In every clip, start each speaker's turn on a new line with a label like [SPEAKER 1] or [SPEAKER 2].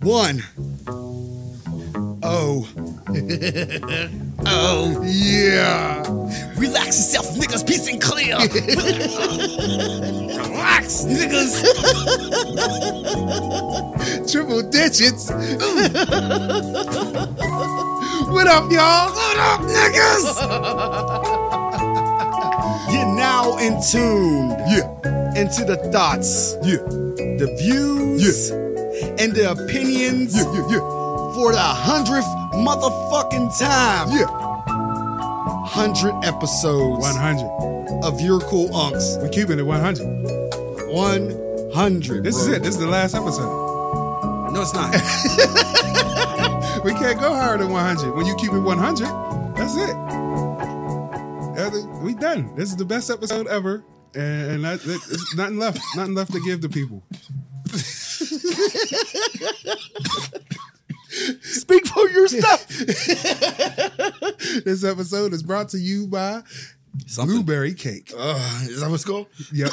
[SPEAKER 1] One. Oh. oh, yeah.
[SPEAKER 2] Relax yourself, niggas, peace and clear. Relax, niggas.
[SPEAKER 1] Triple digits. what up, y'all? What up, niggas?
[SPEAKER 2] You're now in tune
[SPEAKER 1] Yeah,
[SPEAKER 2] into the thoughts,
[SPEAKER 1] yeah,
[SPEAKER 2] the views, and the opinions
[SPEAKER 1] yeah, yeah, yeah,
[SPEAKER 2] for the hundredth motherfucking time.
[SPEAKER 1] yeah.
[SPEAKER 2] Hundred episodes
[SPEAKER 1] 100.
[SPEAKER 2] of Your Cool Unks.
[SPEAKER 1] We're keeping it 100.
[SPEAKER 2] One hundred.
[SPEAKER 1] This is it. This is the last episode.
[SPEAKER 2] No, it's not.
[SPEAKER 1] We can't go higher than 100. When you keep it 100, that's it. That's it. We done. This is the best episode ever. And, and that, that- it's nothing left. Nothing left to give the people.
[SPEAKER 2] Speak for yourself.
[SPEAKER 1] This episode is brought to you by
[SPEAKER 2] Something.
[SPEAKER 1] Blueberry Cake.
[SPEAKER 2] Uh, is that what's called?
[SPEAKER 1] Yep.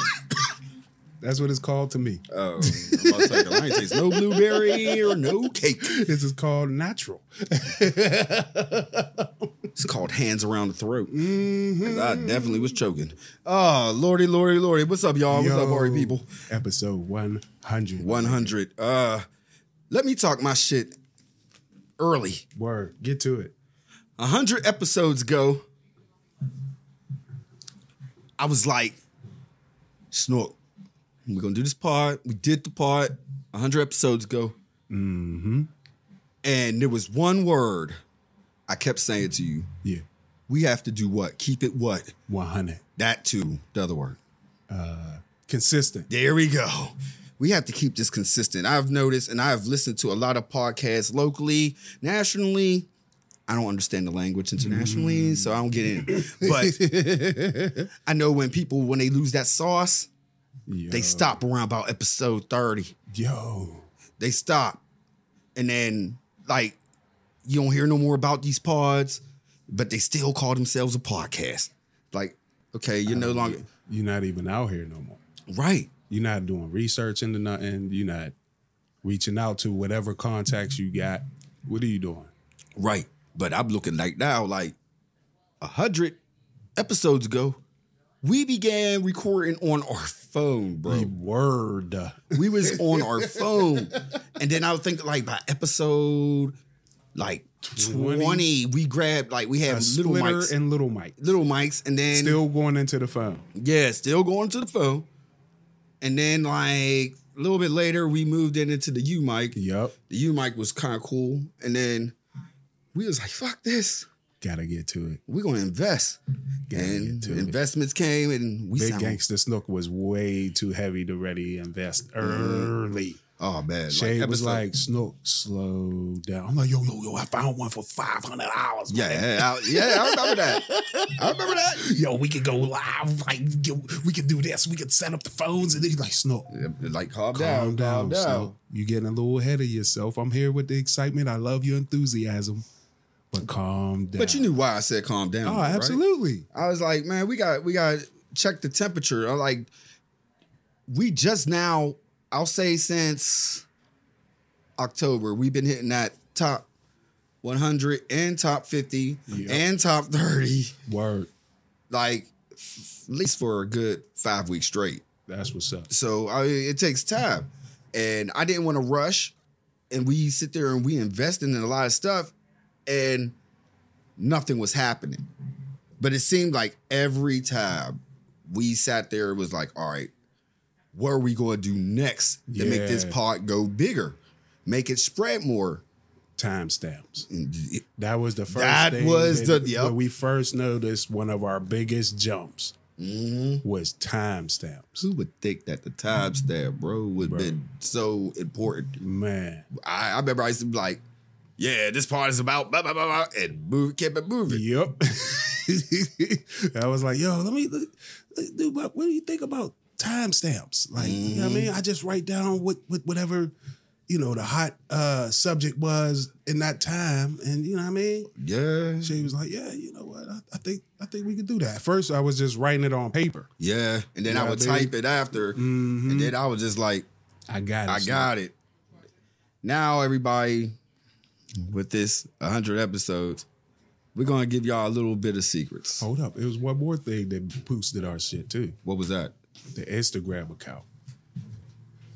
[SPEAKER 1] That's what it's called to me.
[SPEAKER 2] Oh, I'm about to say, I ain't taste no blueberry or no cake.
[SPEAKER 1] This is called natural.
[SPEAKER 2] It's called hands around the throat. 'Cause I definitely was choking. Oh, lordy, lordy, lordy. What's up, y'all? What's up,
[SPEAKER 1] Yo.
[SPEAKER 2] Ari people?
[SPEAKER 1] Episode 100.
[SPEAKER 2] 100. Uh, let me talk my shit early.
[SPEAKER 1] Word. Get to it.
[SPEAKER 2] 100 episodes ago, I was like, Snork, we're going to do this part. We did the part 100 episodes ago. Mm-hmm. And there was one word I kept saying to you.
[SPEAKER 1] Yeah.
[SPEAKER 2] We have to do what? Keep it what?
[SPEAKER 1] 100.
[SPEAKER 2] That too, the other word.
[SPEAKER 1] Consistent.
[SPEAKER 2] There we go. We have to keep this consistent. I've noticed and I've listened to a lot of podcasts locally, nationally. I don't understand the language internationally, so I don't get in. But I know when people, when they lose that sauce,
[SPEAKER 1] Yo.
[SPEAKER 2] they stop around about episode 30.
[SPEAKER 1] Yo.
[SPEAKER 2] They stop. And then, like, you don't hear no more about these pods, but they still call themselves a podcast. Like, okay, you're no longer.
[SPEAKER 1] You're not even out here no more.
[SPEAKER 2] Right.
[SPEAKER 1] You're not doing research into nothing. You're not reaching out to whatever contacts you got. What are you doing?
[SPEAKER 2] Right. But I'm looking like now, like a hundred episodes ago, we began recording on our phone, bro.
[SPEAKER 1] Word.
[SPEAKER 2] we was on our phone. And then I would think like by episode like 20,
[SPEAKER 1] 20,
[SPEAKER 2] we grabbed like we had little
[SPEAKER 1] Splitter
[SPEAKER 2] mics.
[SPEAKER 1] and Little Mike.
[SPEAKER 2] little mics and then
[SPEAKER 1] Still going into the phone.
[SPEAKER 2] yeah, still going to the phone. And then like a little bit later we moved in into the U mic.
[SPEAKER 1] Yup.
[SPEAKER 2] The U mic was kind of cool. And then we was like, fuck this.
[SPEAKER 1] Gotta get to it.
[SPEAKER 2] we're gonna invest.
[SPEAKER 1] Gotta
[SPEAKER 2] and
[SPEAKER 1] get to it.
[SPEAKER 2] investments came and we
[SPEAKER 1] Big
[SPEAKER 2] sound
[SPEAKER 1] Gangsta Snook was way too heavy to ready invest early.
[SPEAKER 2] oh man.
[SPEAKER 1] Shay was
[SPEAKER 2] Mm. episode-
[SPEAKER 1] like, Snook, slow down. I'm like, yo, yo, yo, I found one for five hundred dollars.
[SPEAKER 2] Yeah, yeah, I, yeah, I remember that. I remember that.
[SPEAKER 1] Yo, we could go live. Like, yo, we could do this. We could set up the phones. And then he's like, Snook,
[SPEAKER 2] Yeah, Like calm,
[SPEAKER 1] calm
[SPEAKER 2] down, calm
[SPEAKER 1] down,
[SPEAKER 2] down.
[SPEAKER 1] Snook. You're getting a little ahead of yourself. I'm here with the excitement. I love your enthusiasm, but calm down.
[SPEAKER 2] But you knew why I said calm down.
[SPEAKER 1] oh,
[SPEAKER 2] right?
[SPEAKER 1] absolutely.
[SPEAKER 2] I was like, man, we got we got to check the temperature. I'm like, we just now, I'll say since October, we've been hitting that top 100 and top 50
[SPEAKER 1] Yeah.
[SPEAKER 2] and top 30.
[SPEAKER 1] Word.
[SPEAKER 2] like f- at least for a good five weeks straight.
[SPEAKER 1] That's what's up.
[SPEAKER 2] So I mean, it takes time, and I didn't want to rush. And we sit there and we invested in a lot of stuff, and nothing was happening. But it seemed like every time we sat there, it was like, all right, what are we going to do next to make this
[SPEAKER 1] Yeah.
[SPEAKER 2] pod go bigger, make it spread more?
[SPEAKER 1] Timestamps.
[SPEAKER 2] And it-
[SPEAKER 1] That was the first.
[SPEAKER 2] That
[SPEAKER 1] thing
[SPEAKER 2] was
[SPEAKER 1] that-
[SPEAKER 2] the- yep.
[SPEAKER 1] when we first noticed one of our biggest jumps was timestamps.
[SPEAKER 2] Mm-hmm. Who would think that the timestamp, bro, would have been so important?
[SPEAKER 1] Man,
[SPEAKER 2] I, I remember I used to be like, yeah, this part is about blah, blah, blah, blah, and move, kept it moving.
[SPEAKER 1] yep. I was like, yo, let me, let, let- dude.
[SPEAKER 2] Mm-hmm.
[SPEAKER 1] What, what do you think about timestamps? Like, you know what I mean, I just write down what, what whatever you know, the hot uh, subject was in that time. And you know what I mean?
[SPEAKER 2] Yeah.
[SPEAKER 1] She was like, yeah, you know what? I, I think I think we could do that. At first, I was just writing it on paper.
[SPEAKER 2] Yeah. And then
[SPEAKER 1] Yeah,
[SPEAKER 2] I would
[SPEAKER 1] baby.
[SPEAKER 2] type it after. And then I was just like,
[SPEAKER 1] I got it.
[SPEAKER 2] Mm-hmm. I got it. Now everybody, with this 100 episodes, we're gonna give y'all a little bit of secrets.
[SPEAKER 1] Hold up. It was one more thing that boosted our shit too.
[SPEAKER 2] What was that?
[SPEAKER 1] The Instagram account.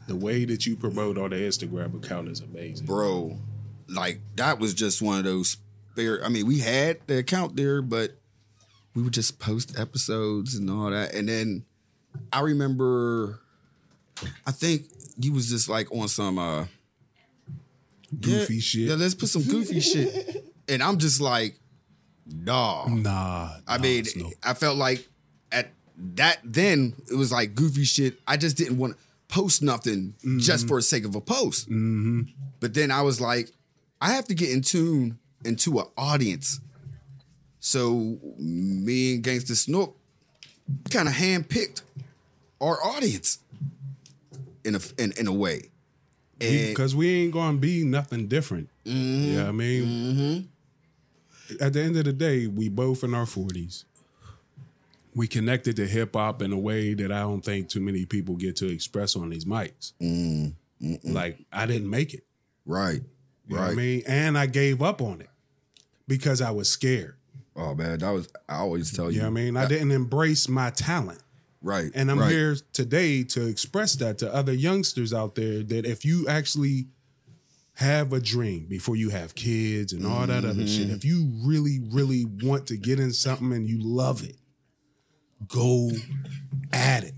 [SPEAKER 1] The way that you promote on the Instagram account is amazing.
[SPEAKER 2] bro, like that was just one of those spare. I mean, we had the account there, but we would just post episodes and all that. And then I remember, I think you was just like on some uh,
[SPEAKER 1] Goofy
[SPEAKER 2] yeah,
[SPEAKER 1] shit.
[SPEAKER 2] Yeah, let's put some goofy shit. And I'm just like, nah.
[SPEAKER 1] Nah.
[SPEAKER 2] I
[SPEAKER 1] nah,
[SPEAKER 2] mean,
[SPEAKER 1] it's no-
[SPEAKER 2] I felt like at that then it was like goofy shit. I just didn't want to post nothing
[SPEAKER 1] Mm-hmm.
[SPEAKER 2] just for the sake of a post. Mm-hmm. But then I was like, I have to get in tune into an audience. So me and Gangsta Snook kind of handpicked our audience in a in, in a way. And
[SPEAKER 1] because we ain't gonna be nothing different. Yeah, I mean, at the end of the day, we both in our forties. We connected to hip hop in a way that I don't think too many people get to express on these mics. Like I didn't make it.
[SPEAKER 2] right,
[SPEAKER 1] You know what
[SPEAKER 2] right.
[SPEAKER 1] I mean, and I gave up on it because I was scared.
[SPEAKER 2] Oh man, that was I always tell you.
[SPEAKER 1] You know what I mean? I didn't embrace my talent.
[SPEAKER 2] Right,
[SPEAKER 1] And I'm
[SPEAKER 2] right.
[SPEAKER 1] here today to express that to other youngsters out there that if you actually have a dream before you have kids and all that other shit,
[SPEAKER 2] Mm-hmm.
[SPEAKER 1] if you really, really want to get in something and you love it, go at it.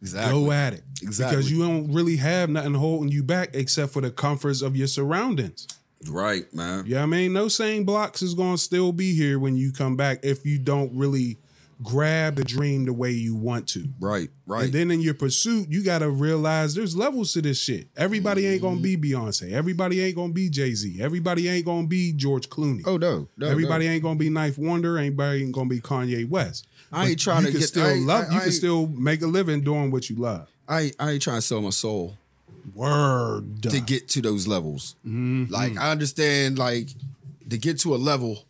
[SPEAKER 2] Exactly.
[SPEAKER 1] Go at it.
[SPEAKER 2] Exactly.
[SPEAKER 1] Because you don't really have nothing holding you back except for the comforts of your surroundings.
[SPEAKER 2] Right, man.
[SPEAKER 1] Yeah, I mean, no same blocks is gonna still be here when you come back if you don't really grab the dream the way you want to.
[SPEAKER 2] Right, right.
[SPEAKER 1] And then in your pursuit, you gotta realize there's levels to this shit. Everybody ain't gonna be Beyonce. Everybody ain't gonna be Jay Z. Everybody ain't gonna be George Clooney.
[SPEAKER 2] Oh no, no
[SPEAKER 1] Everybody
[SPEAKER 2] no.
[SPEAKER 1] ain't gonna be Knife Wonder. Everybody ain't gonna be Kanye West.
[SPEAKER 2] I ain't
[SPEAKER 1] But
[SPEAKER 2] trying
[SPEAKER 1] you
[SPEAKER 2] to
[SPEAKER 1] can
[SPEAKER 2] get-
[SPEAKER 1] still
[SPEAKER 2] I ain't- I-
[SPEAKER 1] love. you
[SPEAKER 2] I
[SPEAKER 1] can
[SPEAKER 2] ain't-
[SPEAKER 1] still make a living doing what you love.
[SPEAKER 2] I ain't- I ain't trying to sell my soul
[SPEAKER 1] Word.
[SPEAKER 2] to get to those levels.
[SPEAKER 1] Mm-hmm.
[SPEAKER 2] Like I understand, like to get to a level,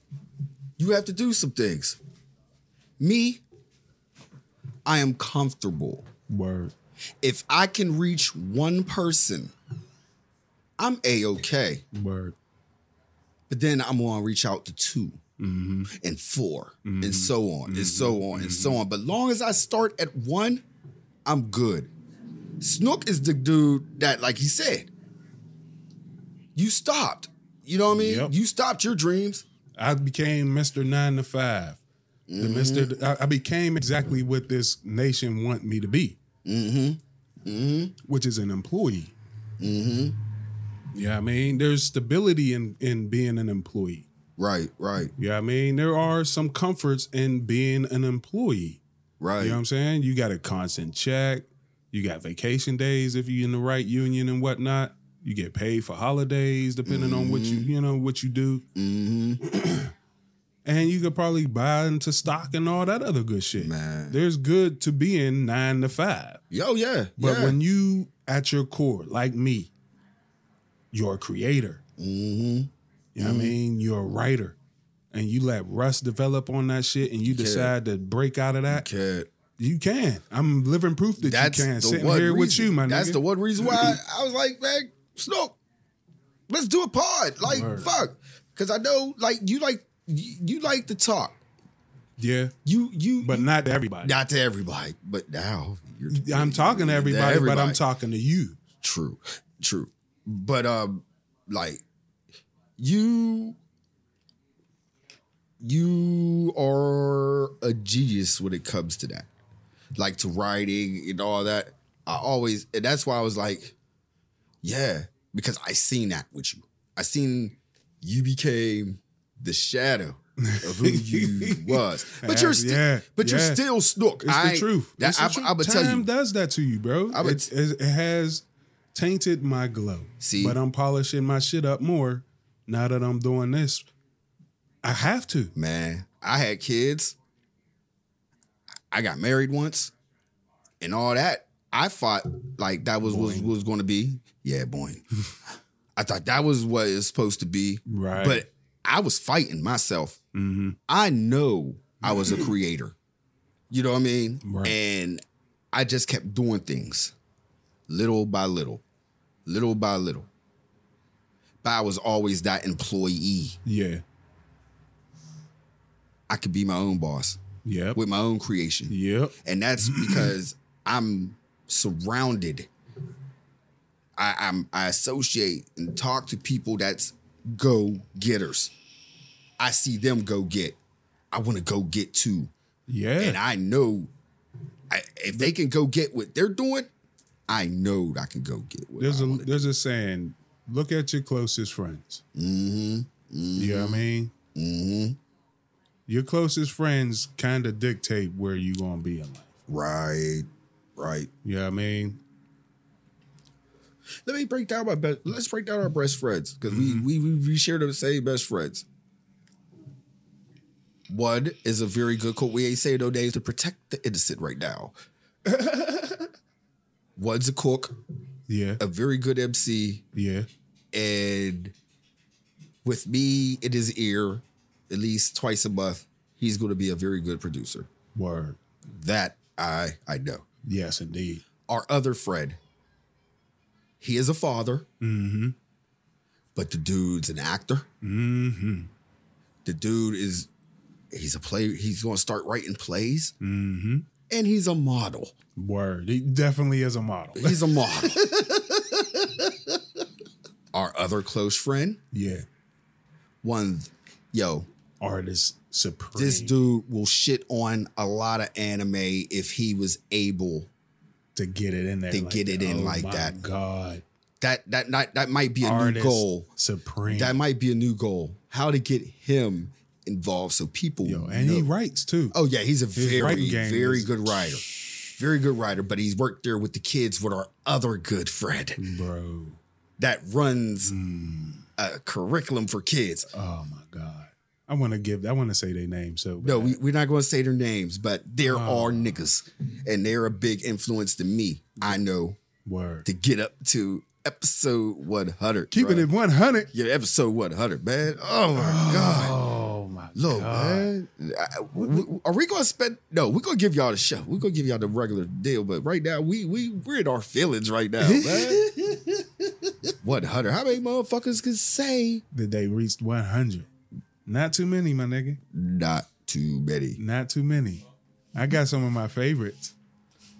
[SPEAKER 2] you have to do some things. Me, I am comfortable.
[SPEAKER 1] Word.
[SPEAKER 2] If I can reach one person, I'm a okay.
[SPEAKER 1] Word.
[SPEAKER 2] But then I'm gonna reach out to 2
[SPEAKER 1] Mm-hmm.
[SPEAKER 2] and 4 and so on and so on and so on. But long as I start at one, I'm good. Snook is the dude that, like he said, you stopped. You know what I mean?
[SPEAKER 1] Yep.
[SPEAKER 2] You stopped your dreams.
[SPEAKER 1] I became Mr. Nine to 5 The Mr. I, I became exactly what this nation want me to be. Mm-hmm. Mm-hmm. Which is an employee. Mm-hmm. Yeah, I mean, there's stability in in being an employee.
[SPEAKER 2] Right, right,
[SPEAKER 1] Yeah, I mean, there are some comforts in being an employee.
[SPEAKER 2] right.
[SPEAKER 1] You know what I'm saying? You got a constant check. You got vacation days if you're in the right union and whatnot. You get paid for holidays depending on what you
[SPEAKER 2] Mm-hmm.
[SPEAKER 1] you know what you do. and you could probably buy into stock and all that other good shit.
[SPEAKER 2] Man.
[SPEAKER 1] There's good to be in nine to five,
[SPEAKER 2] Yo, yeah.
[SPEAKER 1] but
[SPEAKER 2] yeah.
[SPEAKER 1] when you at your core, like me, you're a creator.
[SPEAKER 2] Mhm.
[SPEAKER 1] You know what I mean? You're a writer, and you let rust develop on that shit, and you decide to break out of that.
[SPEAKER 2] Kid,
[SPEAKER 1] You can. I'm living proof that
[SPEAKER 2] that's
[SPEAKER 1] you can.
[SPEAKER 2] the
[SPEAKER 1] Sitting
[SPEAKER 2] one
[SPEAKER 1] here with
[SPEAKER 2] reason-
[SPEAKER 1] you, my
[SPEAKER 2] That's
[SPEAKER 1] nigga. Mm-hmm.
[SPEAKER 2] the one reason why I was like, man, Snoop, let's do a pod. Like,
[SPEAKER 1] Word.
[SPEAKER 2] fuck, because I know, like, you like you, you like to talk.
[SPEAKER 1] yeah,
[SPEAKER 2] You you
[SPEAKER 1] but not to everybody.
[SPEAKER 2] not to everybody, but now you're,
[SPEAKER 1] I'm talking to
[SPEAKER 2] Yeah,
[SPEAKER 1] everybody, but I'm
[SPEAKER 2] everybody.
[SPEAKER 1] talking to you.
[SPEAKER 2] True, true. But um, like you, you are a genius when it comes to that, like to writing and all that. I always, and that's why I was like, yeah, because I seen that with you. I seen you became the shadow of who you was, but you're still,
[SPEAKER 1] Yeah,
[SPEAKER 2] but
[SPEAKER 1] yeah.
[SPEAKER 2] you're still Snook.
[SPEAKER 1] It's
[SPEAKER 2] I-
[SPEAKER 1] the truth.
[SPEAKER 2] That,
[SPEAKER 1] It's the
[SPEAKER 2] I,
[SPEAKER 1] truth.
[SPEAKER 2] I would
[SPEAKER 1] Time
[SPEAKER 2] tell you.
[SPEAKER 1] does that to you, bro.
[SPEAKER 2] I would-
[SPEAKER 1] It's- it, it has tainted my glow.
[SPEAKER 2] See?
[SPEAKER 1] but I'm polishing my shit up more now that I'm doing this. I have to.
[SPEAKER 2] Man, I had kids. I got married once and all that. I thought like that was was, was going to be. Yeah, boing. I thought that was what it's supposed to be.
[SPEAKER 1] Right.
[SPEAKER 2] But I was fighting myself.
[SPEAKER 1] Mhm.
[SPEAKER 2] I know I was a creator. You know what I mean?
[SPEAKER 1] Right.
[SPEAKER 2] And I just kept doing things little by little, little by little. But I was always that employee.
[SPEAKER 1] Yeah.
[SPEAKER 2] I could be my own boss
[SPEAKER 1] Yep.
[SPEAKER 2] with my own creation.
[SPEAKER 1] Yep.
[SPEAKER 2] and that's because I'm surrounded. I, I'm I associate and talk to people that's go getters. I see them go get. I want to go get too,
[SPEAKER 1] Yeah.
[SPEAKER 2] and I know I, if they can go get what they're doing, I know I can go get what.
[SPEAKER 1] there's
[SPEAKER 2] I
[SPEAKER 1] a
[SPEAKER 2] wanna
[SPEAKER 1] there's a saying. Look at your closest friends.
[SPEAKER 2] do. Mhm,
[SPEAKER 1] You know what I mean?
[SPEAKER 2] mhm.
[SPEAKER 1] Your closest friends kind of dictate where you gonna be in life.
[SPEAKER 2] Right, right.
[SPEAKER 1] You know what I mean?
[SPEAKER 2] Let me break down my best. Let's break down our best friends because we, we we we share the same best friends. One is a very good quote. We ain't saying no names to protect the innocent right now. One's a cook,
[SPEAKER 1] Yeah.
[SPEAKER 2] a very good MC,
[SPEAKER 1] Yeah.
[SPEAKER 2] and with me in his ear, at least twice a month, he's going to be a very good producer.
[SPEAKER 1] Word.
[SPEAKER 2] That I I know.
[SPEAKER 1] Yes, indeed.
[SPEAKER 2] Our other friend, he is a father,
[SPEAKER 1] Mm-hmm.
[SPEAKER 2] but the dude's an actor.
[SPEAKER 1] Mm-hmm.
[SPEAKER 2] the dude is he's a play he's going to start writing plays
[SPEAKER 1] Mm-hmm.
[SPEAKER 2] and he's a model
[SPEAKER 1] Word. He definitely is a model.
[SPEAKER 2] he's a model our other close friend
[SPEAKER 1] yeah.
[SPEAKER 2] one yo
[SPEAKER 1] Artist supreme.
[SPEAKER 2] this dude will shit on a lot of anime if he was able
[SPEAKER 1] to get it in there.
[SPEAKER 2] To get it
[SPEAKER 1] that.
[SPEAKER 2] in
[SPEAKER 1] Oh
[SPEAKER 2] like
[SPEAKER 1] my
[SPEAKER 2] that.
[SPEAKER 1] God.
[SPEAKER 2] that that that, that might be a new
[SPEAKER 1] Artist
[SPEAKER 2] goal
[SPEAKER 1] supreme.
[SPEAKER 2] that might be a new goal how to get him involved so people
[SPEAKER 1] Yo, and he
[SPEAKER 2] know.
[SPEAKER 1] writes too.
[SPEAKER 2] Oh yeah, he's a
[SPEAKER 1] His
[SPEAKER 2] very,
[SPEAKER 1] writing game
[SPEAKER 2] very
[SPEAKER 1] is-
[SPEAKER 2] good writer. Very good writer, but he's worked there with the kids with our other good friend
[SPEAKER 1] Bro.
[SPEAKER 2] that runs
[SPEAKER 1] Mm.
[SPEAKER 2] a curriculum for kids.
[SPEAKER 1] Oh my God. I want to give. I want to say their name. So
[SPEAKER 2] No,
[SPEAKER 1] bad.
[SPEAKER 2] we, we're not going to say their names, but there
[SPEAKER 1] Oh.
[SPEAKER 2] are niggas, and they're a big influence to me. I
[SPEAKER 1] Mm.
[SPEAKER 2] know
[SPEAKER 1] word.
[SPEAKER 2] to get up to episode one hundred.
[SPEAKER 1] Keeping it one hundred.
[SPEAKER 2] yeah, episode one hundred, man. Oh my god.
[SPEAKER 1] Oh my
[SPEAKER 2] Look,
[SPEAKER 1] God.
[SPEAKER 2] man, I- w- w- are we gonna spend? No, we're gonna give y'all the show. We're gonna give y'all the regular deal. But right now, we we we're in our feelings right now, man. What hundred? How many motherfuckers can say?
[SPEAKER 1] That they reached one hundred. Not too many, my nigga.
[SPEAKER 2] Not too many.
[SPEAKER 1] Not too many. I got some of my favorites.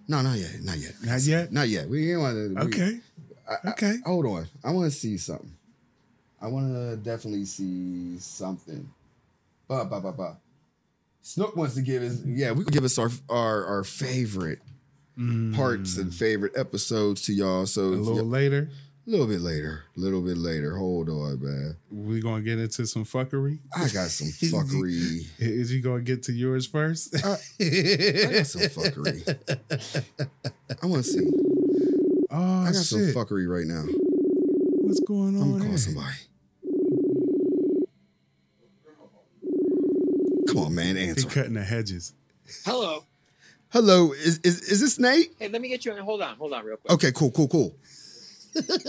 [SPEAKER 2] No, not yet. Not yet.
[SPEAKER 1] Not yet?
[SPEAKER 2] Not yet. We didn't want to.
[SPEAKER 1] Okay. okay.
[SPEAKER 2] hold on. I want to see something. I want to definitely see something. Ba ba ba ba. Snook wants to give us. Yeah, we can give us our our our favorite.
[SPEAKER 1] Mm,
[SPEAKER 2] parts and favorite episodes to y'all. So
[SPEAKER 1] a
[SPEAKER 2] if
[SPEAKER 1] little
[SPEAKER 2] y'all-
[SPEAKER 1] later,
[SPEAKER 2] little bit later, a little bit later. Hold on, man.
[SPEAKER 1] we're gonna get into some fuckery.
[SPEAKER 2] I got some fuckery.
[SPEAKER 1] Is you gonna get to yours first?
[SPEAKER 2] I got some fuckery. I want to see.
[SPEAKER 1] oh
[SPEAKER 2] I got some
[SPEAKER 1] shit!
[SPEAKER 2] fuckery right now.
[SPEAKER 1] What's going
[SPEAKER 2] I'm
[SPEAKER 1] on?
[SPEAKER 2] gonna
[SPEAKER 1] here?
[SPEAKER 2] call somebody. Come on, man,
[SPEAKER 1] They
[SPEAKER 2] answer.
[SPEAKER 1] cutting the hedges.
[SPEAKER 3] Hello.
[SPEAKER 2] Hello, is is, is this Nate?
[SPEAKER 3] Hey, let me get you in. Hold on, hold on, real quick.
[SPEAKER 2] Okay, cool, cool, cool.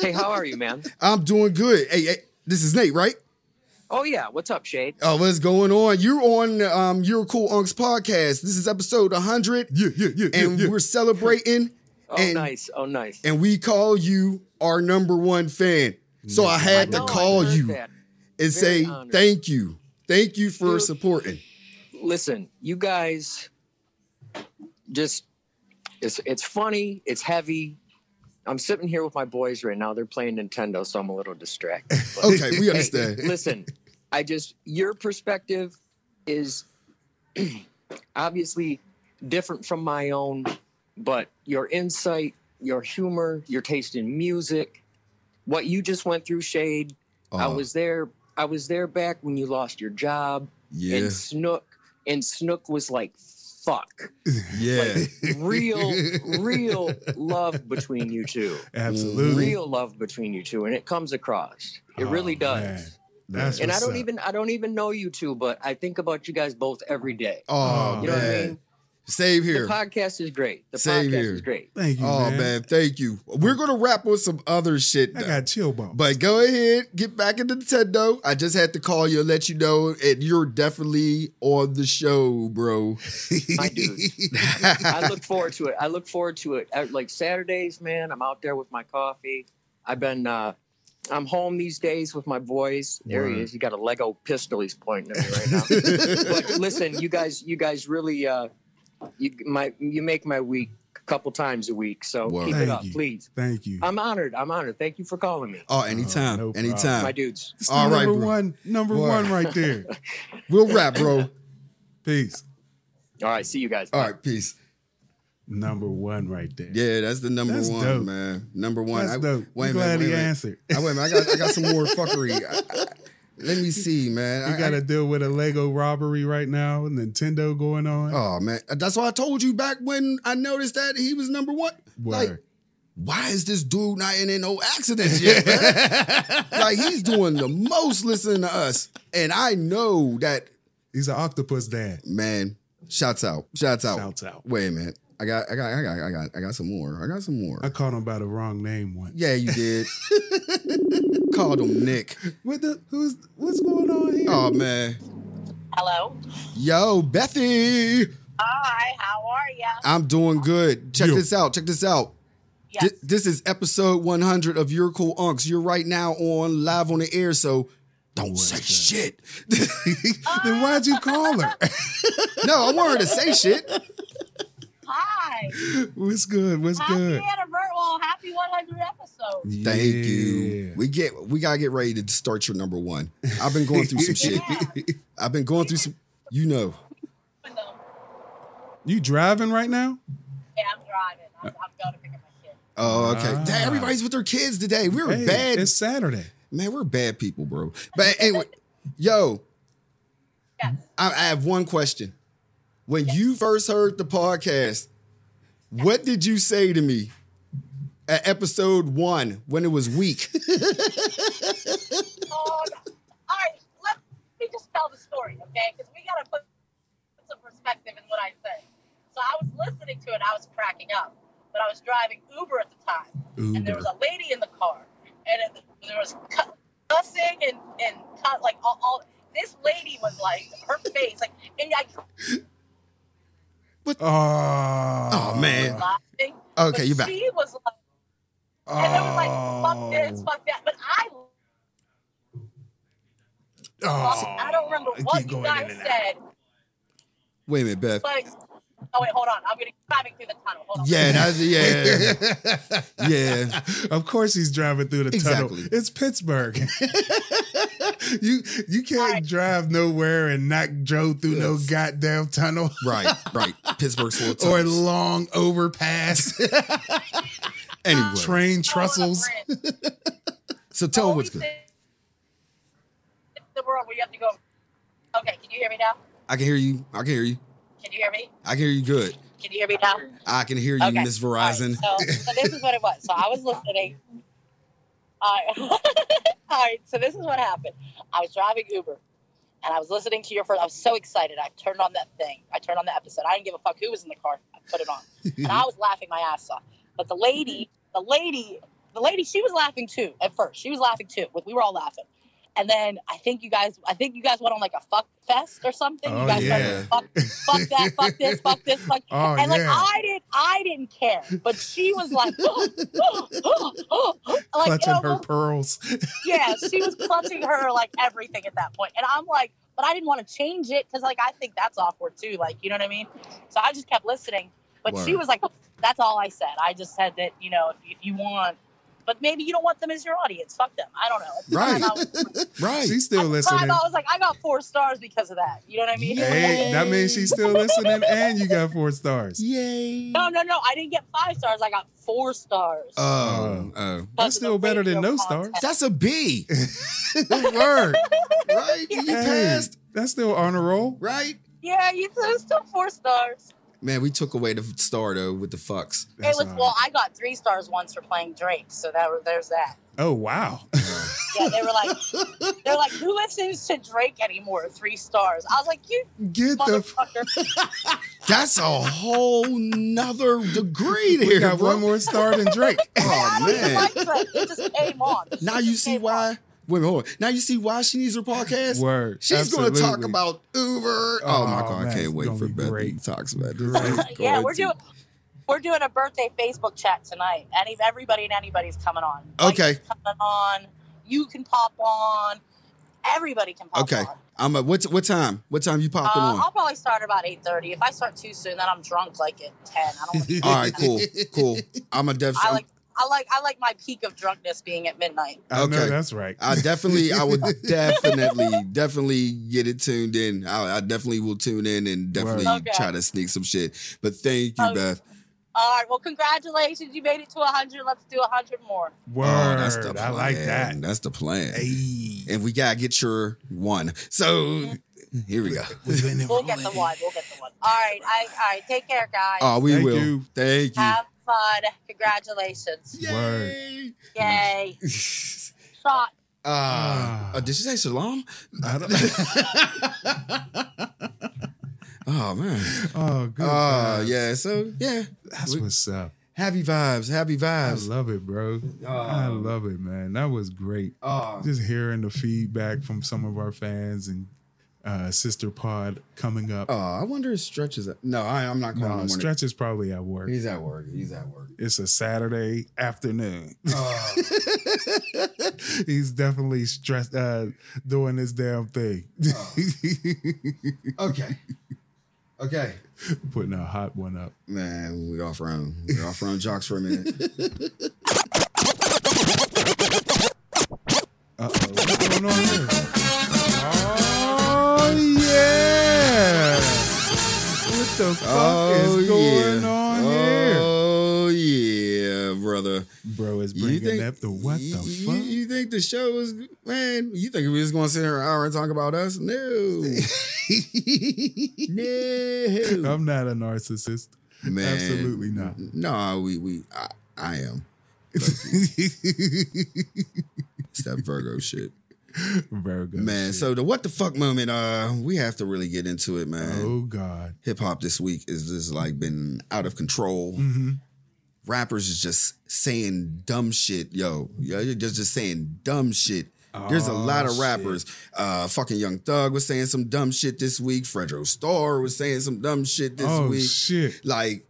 [SPEAKER 3] Hey, how are you, man?
[SPEAKER 2] I'm doing good. Hey, hey this is Nate, right?
[SPEAKER 3] Oh yeah, what's up, Shade?
[SPEAKER 2] Oh, what's going on? You're on um your Cool Unks podcast. This is episode 100.
[SPEAKER 1] Yeah, yeah, yeah,
[SPEAKER 2] and we're celebrating
[SPEAKER 3] Oh
[SPEAKER 2] And-
[SPEAKER 3] nice, oh nice.
[SPEAKER 2] and we call you our number one fan. So I had
[SPEAKER 3] I
[SPEAKER 2] to
[SPEAKER 3] know, I
[SPEAKER 2] call
[SPEAKER 3] heard
[SPEAKER 2] you
[SPEAKER 3] that.
[SPEAKER 2] and
[SPEAKER 3] Very
[SPEAKER 2] say
[SPEAKER 3] honored.
[SPEAKER 2] thank you. Thank you for
[SPEAKER 3] Dude.
[SPEAKER 2] supporting.
[SPEAKER 3] Listen, you guys, just it's it's funny, it's heavy. I'm sitting here with my boys right now. They're playing Nintendo, so I'm a little distracted. but-
[SPEAKER 2] Okay, we
[SPEAKER 3] Hey,
[SPEAKER 2] understand.
[SPEAKER 3] listen, I just your perspective is obviously different from my own, but your insight, your humor, your taste in music, what you just went through, Shade. I
[SPEAKER 2] Uh,
[SPEAKER 3] was there. I was there back when you lost your job,
[SPEAKER 2] yeah,
[SPEAKER 3] and Snook, and Snook was like, "Fuck."
[SPEAKER 2] yeah.
[SPEAKER 3] real real love between you two
[SPEAKER 1] Absolutely.
[SPEAKER 3] real love between you two and it comes across it
[SPEAKER 1] Oh,
[SPEAKER 3] really does
[SPEAKER 1] man. That's
[SPEAKER 3] and I
[SPEAKER 1] what's
[SPEAKER 3] don't
[SPEAKER 1] up.
[SPEAKER 3] even I don't even know you two, but I think about you guys both every day.
[SPEAKER 2] Oh,
[SPEAKER 1] You
[SPEAKER 3] You know what I
[SPEAKER 2] man.
[SPEAKER 3] mean?
[SPEAKER 2] Save
[SPEAKER 3] The
[SPEAKER 2] here.
[SPEAKER 3] podcast is great. The
[SPEAKER 2] Same
[SPEAKER 3] podcast
[SPEAKER 2] here.
[SPEAKER 3] is great.
[SPEAKER 1] Thank you,
[SPEAKER 2] Oh
[SPEAKER 1] man.
[SPEAKER 2] man. thank you. We're gonna wrap with some other shit.
[SPEAKER 1] I
[SPEAKER 2] though.
[SPEAKER 1] got chill bumps.
[SPEAKER 2] But go ahead, get back into Nintendo. I just had to call you and let you know, and you're definitely on the show, bro.
[SPEAKER 3] My dude. I look forward to it. I look forward to it. Uh, Like Saturdays, man, I'm out there with my coffee. I've been, uh, I'm home these days with my boys. There
[SPEAKER 2] Word.
[SPEAKER 3] he is. He got a Lego pistol. He's pointing at me right now. but listen, you guys, you guys really, uh, you my, you make my week a couple times a week. So
[SPEAKER 2] Word.
[SPEAKER 3] keep it
[SPEAKER 1] Thank
[SPEAKER 3] up,
[SPEAKER 1] you.
[SPEAKER 3] please.
[SPEAKER 1] Thank you.
[SPEAKER 3] I'm honored. I'm honored. Thank you for calling me,
[SPEAKER 2] oh, anytime,
[SPEAKER 1] Oh, no problem.
[SPEAKER 2] anytime.
[SPEAKER 3] my dudes.
[SPEAKER 1] It's the
[SPEAKER 2] All right,
[SPEAKER 1] number
[SPEAKER 2] bro.
[SPEAKER 1] one, number
[SPEAKER 2] Boy.
[SPEAKER 1] one right there.
[SPEAKER 2] We'll wrap, bro.
[SPEAKER 1] Peace.
[SPEAKER 3] All right, see you guys.
[SPEAKER 2] All right, peace.
[SPEAKER 1] Number one right there.
[SPEAKER 2] Yeah, that's the number
[SPEAKER 1] That's
[SPEAKER 2] one,
[SPEAKER 1] dope.
[SPEAKER 2] man. Number one.
[SPEAKER 1] That's
[SPEAKER 2] I-
[SPEAKER 1] dope.
[SPEAKER 2] Wait a
[SPEAKER 1] I'm
[SPEAKER 2] minute.
[SPEAKER 1] glad
[SPEAKER 2] wait a
[SPEAKER 1] he
[SPEAKER 2] minute.
[SPEAKER 1] answered.
[SPEAKER 2] I, wait a minute. I got, I got some more fuckery. I- I- let me see, man.
[SPEAKER 1] You
[SPEAKER 2] I-
[SPEAKER 1] got
[SPEAKER 2] I-
[SPEAKER 1] to deal with a Lego robbery right now, Nintendo going on.
[SPEAKER 2] Oh man, that's why I told you back when I noticed that he was number one.
[SPEAKER 1] Word.
[SPEAKER 2] Like, why is this dude not in, in no accidents yet? man? like he's doing the most listening to us, and I know that
[SPEAKER 1] He's an octopus dad.
[SPEAKER 2] man. Shouts out, shouts out.
[SPEAKER 1] Shouts out.
[SPEAKER 2] Wait a minute, I got, I got, I got, I got, I got some more. I got some more.
[SPEAKER 1] I called him by the wrong name once.
[SPEAKER 2] Yeah, you did. Called him Nick.
[SPEAKER 1] What the? Who's? What's going on here?
[SPEAKER 2] Oh man,
[SPEAKER 4] Hello.
[SPEAKER 2] yo, Bethy,
[SPEAKER 4] Hi. How are ya?
[SPEAKER 2] I'm doing good. Check
[SPEAKER 1] Yo.
[SPEAKER 2] this out. Check this out.
[SPEAKER 4] Yes.
[SPEAKER 2] Th- this is episode 100 of Your Cool Unks. You're right now on live on the air, so don't say shit.
[SPEAKER 1] then why'd you call her?
[SPEAKER 2] no, I want her to say shit.
[SPEAKER 4] Hi.
[SPEAKER 1] what's good? What's
[SPEAKER 4] Happy
[SPEAKER 1] good?
[SPEAKER 4] anniver- well, happy 100 episode.
[SPEAKER 2] Thank you. We get we gotta get ready to start your number one. I've been going through some shit.
[SPEAKER 4] Yeah.
[SPEAKER 2] I've been going through some. You know,
[SPEAKER 1] You driving right now?
[SPEAKER 4] Yeah, I'm driving. I'm, I'm going to pick up my kid.
[SPEAKER 2] oh okay.
[SPEAKER 1] Ah.
[SPEAKER 2] Dang, everybody's with their kids today. We were
[SPEAKER 1] Hey,
[SPEAKER 2] bad,
[SPEAKER 1] It's Saturday.
[SPEAKER 2] man. We're bad people, bro. But anyway, yo,
[SPEAKER 4] Yes.
[SPEAKER 2] I, I have one question. When you first heard the podcast, what did you say to me at episode one when it was weak?
[SPEAKER 4] Oh, no. All right. Let me just tell the story, okay? Because we got to put some perspective in what I said. So I was listening to it. I was cracking up. But I was driving Uber at the time. and there
[SPEAKER 1] Uber.
[SPEAKER 4] was a lady in the car, and it, there was cu- cussing and and cut like all, all. This lady was like her face, like and I was
[SPEAKER 1] Oh,
[SPEAKER 2] Oh, man.
[SPEAKER 4] laughing.
[SPEAKER 2] Okay,
[SPEAKER 4] but
[SPEAKER 2] you're back.
[SPEAKER 4] She was like,
[SPEAKER 1] Oh.
[SPEAKER 4] and it was like, fuck this, fuck that. But I,
[SPEAKER 1] Oh.
[SPEAKER 4] I don't remember
[SPEAKER 1] I
[SPEAKER 4] what
[SPEAKER 1] keep
[SPEAKER 4] you
[SPEAKER 1] going
[SPEAKER 4] guys
[SPEAKER 1] in and out.
[SPEAKER 4] said,
[SPEAKER 2] Wait a minute, Beth.
[SPEAKER 4] but oh wait, hold on, I'm gonna driving through the tunnel. Hold on.
[SPEAKER 2] Yeah, that's yeah, yeah.
[SPEAKER 1] Of course he's driving through the
[SPEAKER 2] Exactly.
[SPEAKER 1] tunnel. It's Pittsburgh. you you can't
[SPEAKER 4] Right.
[SPEAKER 1] drive nowhere and not drove through no
[SPEAKER 2] Yes.
[SPEAKER 1] goddamn tunnel
[SPEAKER 2] Right, right. Pittsburgh's full of
[SPEAKER 1] or
[SPEAKER 2] tunnels.
[SPEAKER 1] long overpass,
[SPEAKER 2] Anyway,
[SPEAKER 1] train
[SPEAKER 4] Go on a
[SPEAKER 1] trestles.
[SPEAKER 4] bridge.
[SPEAKER 2] so tell
[SPEAKER 4] Oh,
[SPEAKER 2] them what's
[SPEAKER 4] we
[SPEAKER 2] good.
[SPEAKER 4] said- The world where you have to go. Okay, can you hear me now?
[SPEAKER 2] I can hear you. I can hear you.
[SPEAKER 4] Can you hear me?
[SPEAKER 2] I can hear you good.
[SPEAKER 4] Can you hear me now?
[SPEAKER 2] I can hear you,
[SPEAKER 4] Okay.
[SPEAKER 2] Miss
[SPEAKER 4] All right,
[SPEAKER 2] Verizon.
[SPEAKER 4] so, so this is what it was. So I was listening. All right. All right. So this is what happened. I was driving Uber, and I was listening to your first. I was so excited. I turned on that thing. I turned on the episode. I didn't give a fuck who was in the car. I put it on, and I was laughing my ass off. But the lady, the lady, the lady, she was laughing too at first. She was laughing too. We were all laughing. And then I think you guys, I think you guys went on like a fuck fest or something.
[SPEAKER 1] Oh,
[SPEAKER 4] you guys
[SPEAKER 1] yeah.
[SPEAKER 4] started fuck, fuck that, fuck this, fuck this, fuck
[SPEAKER 1] Oh
[SPEAKER 4] and like
[SPEAKER 1] yeah.
[SPEAKER 4] I didn't, I didn't care, but she was like, like oh, it
[SPEAKER 1] Clutching her
[SPEAKER 4] almost-
[SPEAKER 1] pearls.
[SPEAKER 4] yeah, she was clutching her like everything at that point, and I'm like, but I didn't want to change it because like I think that's awkward too, like you know what I mean? So I just kept listening, but she
[SPEAKER 2] Word.
[SPEAKER 4] was like, that's all I said. I just said that you know if, if you want, but maybe you don't want them as your audience. Fuck them. I don't know. At the time,
[SPEAKER 2] Right.
[SPEAKER 4] I was,
[SPEAKER 2] Right.
[SPEAKER 1] She's still
[SPEAKER 4] at the time,
[SPEAKER 1] listening.
[SPEAKER 4] I was like, I got four stars because of that. You know what I mean?
[SPEAKER 1] Hey, that means she's still listening and you got four stars.
[SPEAKER 2] Yay.
[SPEAKER 4] No, no, no. I didn't get five stars. I got four stars.
[SPEAKER 2] Oh,
[SPEAKER 1] Uh.
[SPEAKER 2] oh.
[SPEAKER 1] That's still better than no stars.
[SPEAKER 2] That's a B,
[SPEAKER 1] Word.
[SPEAKER 2] right? You
[SPEAKER 1] Hey,
[SPEAKER 2] passed,
[SPEAKER 1] that's still on a roll.
[SPEAKER 2] right?
[SPEAKER 4] Yeah, you it was still four stars.
[SPEAKER 2] Man, we took away the star though with the fucks.
[SPEAKER 1] That's
[SPEAKER 4] it was
[SPEAKER 1] all right.
[SPEAKER 4] well, I got three stars once for playing Drake, so that there's that.
[SPEAKER 1] Oh wow.
[SPEAKER 4] Yeah, they were like, they're like, who listens to Drake anymore? Three stars. I was like, you
[SPEAKER 1] Get the f-
[SPEAKER 4] motherfucker.
[SPEAKER 2] That's a whole nother degree
[SPEAKER 1] we
[SPEAKER 2] there,
[SPEAKER 1] got
[SPEAKER 2] bro.
[SPEAKER 1] one more star than Drake.
[SPEAKER 4] I
[SPEAKER 2] Oh
[SPEAKER 4] don't even
[SPEAKER 2] man.
[SPEAKER 4] like Drake. It just came on. It
[SPEAKER 2] Now
[SPEAKER 4] just
[SPEAKER 2] you see
[SPEAKER 4] came on.
[SPEAKER 2] why. Wait, hold on. Now you see why she needs her podcast.
[SPEAKER 1] Word.
[SPEAKER 2] She's going to talk
[SPEAKER 1] Absolutely.
[SPEAKER 2] about Uber. Oh, my
[SPEAKER 1] Oh,
[SPEAKER 2] god,
[SPEAKER 1] man,
[SPEAKER 2] I
[SPEAKER 1] it's
[SPEAKER 2] can't wait
[SPEAKER 1] gonna
[SPEAKER 2] for
[SPEAKER 1] be
[SPEAKER 2] Beth
[SPEAKER 1] great.
[SPEAKER 2] to talk about
[SPEAKER 1] Great.
[SPEAKER 2] this.
[SPEAKER 4] Yeah, we're doing. We're doing a birthday Facebook chat tonight. Any everybody and anybody's coming on. Mike's
[SPEAKER 2] Okay.
[SPEAKER 4] coming on. You can pop on. Everybody can pop
[SPEAKER 2] Okay,
[SPEAKER 4] on.
[SPEAKER 2] I'm. A, what what time? What time you popping
[SPEAKER 4] Uh,
[SPEAKER 2] on?
[SPEAKER 4] I'll probably start about eight thirty. If I start too soon, then I'm drunk like at ten. I don't. wanna be
[SPEAKER 2] All right, cool, cool. I'm a def.
[SPEAKER 4] I like. I like I like my peak of drunkenness being at midnight.
[SPEAKER 1] I know
[SPEAKER 2] Okay.
[SPEAKER 1] that's right.
[SPEAKER 2] I definitely, I would definitely, definitely get it tuned in. I, I definitely will tune in and definitely
[SPEAKER 4] Word. Okay.
[SPEAKER 2] try to sneak some shit. But thank you,
[SPEAKER 4] Okay.
[SPEAKER 2] Beth.
[SPEAKER 4] All right, well, congratulations, you made it to hundred. Let's do hundred more.
[SPEAKER 2] Oh,
[SPEAKER 1] Word. I like that.
[SPEAKER 2] That's the plan.
[SPEAKER 1] Hey.
[SPEAKER 2] And we gotta get your one. So here we go.
[SPEAKER 4] We'll get the one. We'll get the one. All right, I, all right. Take care, guys.
[SPEAKER 2] Oh, we
[SPEAKER 1] Thank
[SPEAKER 2] will.
[SPEAKER 1] you.
[SPEAKER 2] Thank you.
[SPEAKER 4] Have fun. Congratulations.
[SPEAKER 1] Word.
[SPEAKER 4] Yay. Shot.
[SPEAKER 2] Ah. Uh, did she say shalom?
[SPEAKER 1] I don't,
[SPEAKER 2] Oh man.
[SPEAKER 1] oh, good.
[SPEAKER 2] Oh
[SPEAKER 1] vibes.
[SPEAKER 2] yeah. So yeah.
[SPEAKER 1] That's
[SPEAKER 2] We-
[SPEAKER 1] what's up.
[SPEAKER 2] Happy vibes. Happy
[SPEAKER 1] I
[SPEAKER 2] vibes.
[SPEAKER 1] love it, bro. I
[SPEAKER 2] Oh.
[SPEAKER 1] love it, man. That was great.
[SPEAKER 2] Oh.
[SPEAKER 1] Just hearing the feedback from some of our fans and uh, Sister Pod coming up.
[SPEAKER 2] Oh, I wonder if Stretch is. At, no, I, I'm not calling
[SPEAKER 1] no,
[SPEAKER 2] him. Stretch.
[SPEAKER 1] Stretch is probably at work.
[SPEAKER 2] He's at work. He's at work.
[SPEAKER 1] It's a Saturday afternoon.
[SPEAKER 2] Oh.
[SPEAKER 1] He's definitely stressed, uh, doing this damn thing,
[SPEAKER 2] Oh. okay. Okay.
[SPEAKER 1] putting a hot one up.
[SPEAKER 2] Man, we off round. We're off round jocks for a minute.
[SPEAKER 1] Uh oh. What's going on here? Oh, yeah. What the fuck is going
[SPEAKER 2] Oh, yeah.
[SPEAKER 1] on here?
[SPEAKER 2] Oh yeah, brother.
[SPEAKER 1] Bro is bringing up the what the
[SPEAKER 2] you,
[SPEAKER 1] fuck?
[SPEAKER 2] You, you think the show is man? You think we just gonna sit here an hour and talk about us? No, no,
[SPEAKER 1] I'm not a narcissist.
[SPEAKER 2] man,
[SPEAKER 1] absolutely not.
[SPEAKER 2] No, we we I, I am. It's that Virgo shit,
[SPEAKER 1] Virgo.
[SPEAKER 2] man.
[SPEAKER 1] shit.
[SPEAKER 2] So the what the fuck moment? Uh, we have to really get into it, man.
[SPEAKER 1] Oh God.
[SPEAKER 2] Hip hop this week is just like been out of control.
[SPEAKER 1] hmm
[SPEAKER 2] rappers is just saying dumb shit, yo. Yo, you're just, just saying dumb shit. There's a
[SPEAKER 1] Oh,
[SPEAKER 2] lot of
[SPEAKER 1] shit.
[SPEAKER 2] rappers. Uh, fucking Young Thug was saying some dumb shit this week. Fredro Starr was saying some dumb shit this
[SPEAKER 1] oh
[SPEAKER 2] week.
[SPEAKER 1] shit.
[SPEAKER 2] like,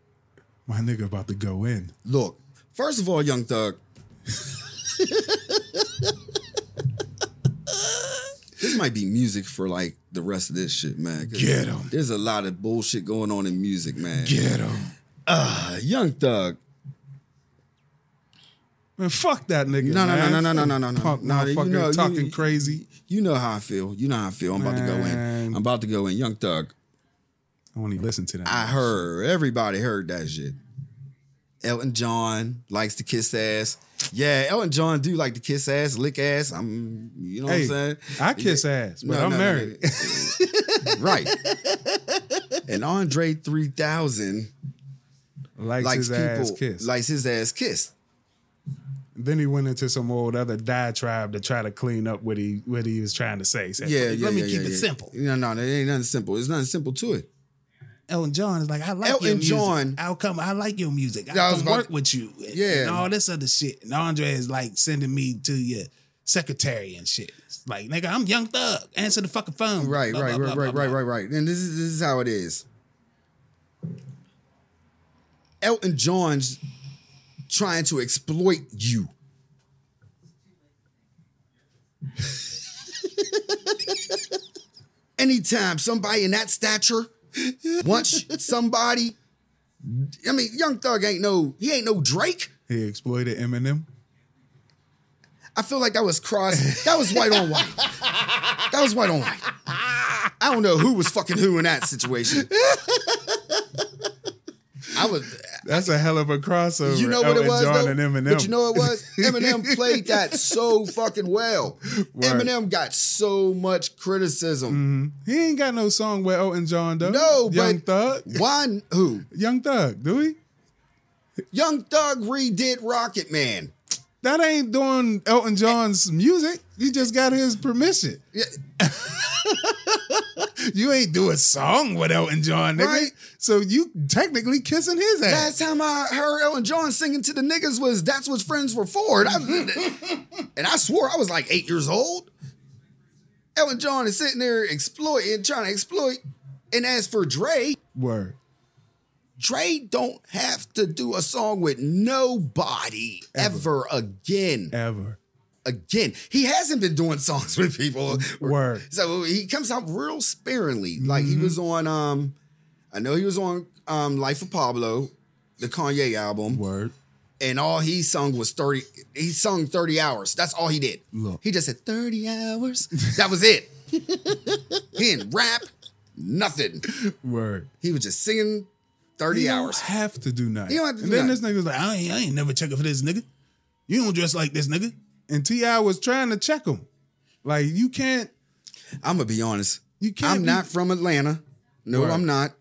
[SPEAKER 1] My nigga about to go in.
[SPEAKER 2] look, first of all, Young Thug. this might be music for like the rest of this shit, man. 'Cause
[SPEAKER 1] Get 'em.
[SPEAKER 2] There's a lot of bullshit going on in music, man.
[SPEAKER 1] Get him.
[SPEAKER 2] Uh, Young Thug.
[SPEAKER 1] Man, fuck that nigga.
[SPEAKER 2] No, no,
[SPEAKER 1] man.
[SPEAKER 2] no, no, no, no, no, no.
[SPEAKER 1] Punk
[SPEAKER 2] No, you
[SPEAKER 1] motherfucker
[SPEAKER 2] know, you-
[SPEAKER 1] talking crazy.
[SPEAKER 2] You know how I feel. You know how I feel. I'm about to go in.
[SPEAKER 1] Man.
[SPEAKER 2] I'm about to go in. Young Thug.
[SPEAKER 1] I want to listen to that.
[SPEAKER 2] I heard. Everybody heard that shit. Elton John likes to kiss ass. Yeah, Elton John do like to kiss ass, lick ass. I'm, you know
[SPEAKER 1] Hey,
[SPEAKER 2] what I'm saying?
[SPEAKER 1] I kiss ass, but
[SPEAKER 2] No,
[SPEAKER 1] I'm
[SPEAKER 2] no, no, no.
[SPEAKER 1] married.
[SPEAKER 2] right. And Andre 3000
[SPEAKER 1] Likes,
[SPEAKER 2] likes
[SPEAKER 1] his
[SPEAKER 2] people,
[SPEAKER 1] ass kiss.
[SPEAKER 2] likes his ass kissed.
[SPEAKER 1] then he went into some old other diatribe to try to clean up what he what he was trying to say. He said,
[SPEAKER 2] Yeah,
[SPEAKER 1] "Let
[SPEAKER 2] yeah,
[SPEAKER 1] me
[SPEAKER 2] yeah,
[SPEAKER 1] keep
[SPEAKER 2] yeah,
[SPEAKER 1] it
[SPEAKER 2] yeah.
[SPEAKER 1] simple."
[SPEAKER 2] No, no, there ain't nothing simple. There's nothing simple to it.
[SPEAKER 1] Elton John is like, "I like
[SPEAKER 2] Elton
[SPEAKER 1] your music.
[SPEAKER 2] John-
[SPEAKER 1] I'll come. I like your music.
[SPEAKER 2] Yeah, I
[SPEAKER 1] I'll
[SPEAKER 2] was
[SPEAKER 1] come
[SPEAKER 2] about-
[SPEAKER 1] work with you. And,
[SPEAKER 2] Yeah.
[SPEAKER 1] and all this other shit." And Andre is like sending me to your secretary and shit. It's like, nigga, I'm Young Thug. Answer the fucking phone.
[SPEAKER 2] Right,
[SPEAKER 1] Blah,
[SPEAKER 2] right,
[SPEAKER 1] blah,
[SPEAKER 2] right,
[SPEAKER 1] blah,
[SPEAKER 2] right,
[SPEAKER 1] blah,
[SPEAKER 2] right,
[SPEAKER 1] blah.
[SPEAKER 2] right, right. And this is this is how it is. Elton John's trying to exploit you. Anytime somebody in that stature wants somebody, I mean, Young Thug ain't no, he ain't no Drake.
[SPEAKER 1] He exploited Eminem.
[SPEAKER 2] I feel like that was cross. That was white on white. That was white on white. I don't know who was fucking who in that situation. I was.
[SPEAKER 1] That's a hell of a crossover.
[SPEAKER 2] You know what
[SPEAKER 1] Elton
[SPEAKER 2] it was,
[SPEAKER 1] John
[SPEAKER 2] though?
[SPEAKER 1] and Eminem.
[SPEAKER 2] But you know what it was? Eminem played that so fucking well. Eminem got so much criticism.
[SPEAKER 1] he ain't got no song with Elton John though.
[SPEAKER 2] No,
[SPEAKER 1] Young
[SPEAKER 2] but-
[SPEAKER 1] Thug.
[SPEAKER 2] Why? Who?
[SPEAKER 1] Young Thug, do we?
[SPEAKER 2] Young Thug redid Rocket Man.
[SPEAKER 1] That ain't doing Elton John's music. You just got his permission.
[SPEAKER 2] Yeah.
[SPEAKER 1] you ain't do a song with Elton John, nigga.
[SPEAKER 2] Right.
[SPEAKER 1] So you technically kissing his
[SPEAKER 2] Last
[SPEAKER 1] ass.
[SPEAKER 2] time I heard Ellen John singing to the niggas was "That's What Friends Were For," and I, and I swore I was like eight years old. Ellen John is sitting there exploiting, trying to exploit. And as for Dre,
[SPEAKER 1] Word.
[SPEAKER 2] Dre don't have to do a song with nobody ever, again.
[SPEAKER 1] Ever.
[SPEAKER 2] Again, he hasn't been doing songs with people.
[SPEAKER 1] Word.
[SPEAKER 2] So he comes out real sparingly. Like he
[SPEAKER 1] Mhm.
[SPEAKER 2] was on, um, I know he was on um, Life of Pablo, the Kanye album
[SPEAKER 1] Word.
[SPEAKER 2] and all he sung was 30 he sung 30 hours that's all he did
[SPEAKER 1] Look.
[SPEAKER 2] he just said 30 hours that was it he didn't rap nothing
[SPEAKER 1] Word.
[SPEAKER 2] he was just singing 30
[SPEAKER 1] You don't
[SPEAKER 2] hours
[SPEAKER 1] have to do nothing.
[SPEAKER 2] You don't have to
[SPEAKER 1] and
[SPEAKER 2] do
[SPEAKER 1] then this nigga's like, I ain't, I ain't never checking for this nigga. You don't dress like this nigga. And Ti was trying to check him. Like you can't.
[SPEAKER 2] i'm gonna be honest
[SPEAKER 1] You can't.
[SPEAKER 2] i'm
[SPEAKER 1] be-
[SPEAKER 2] not from atlanta no
[SPEAKER 1] Word.
[SPEAKER 2] i'm not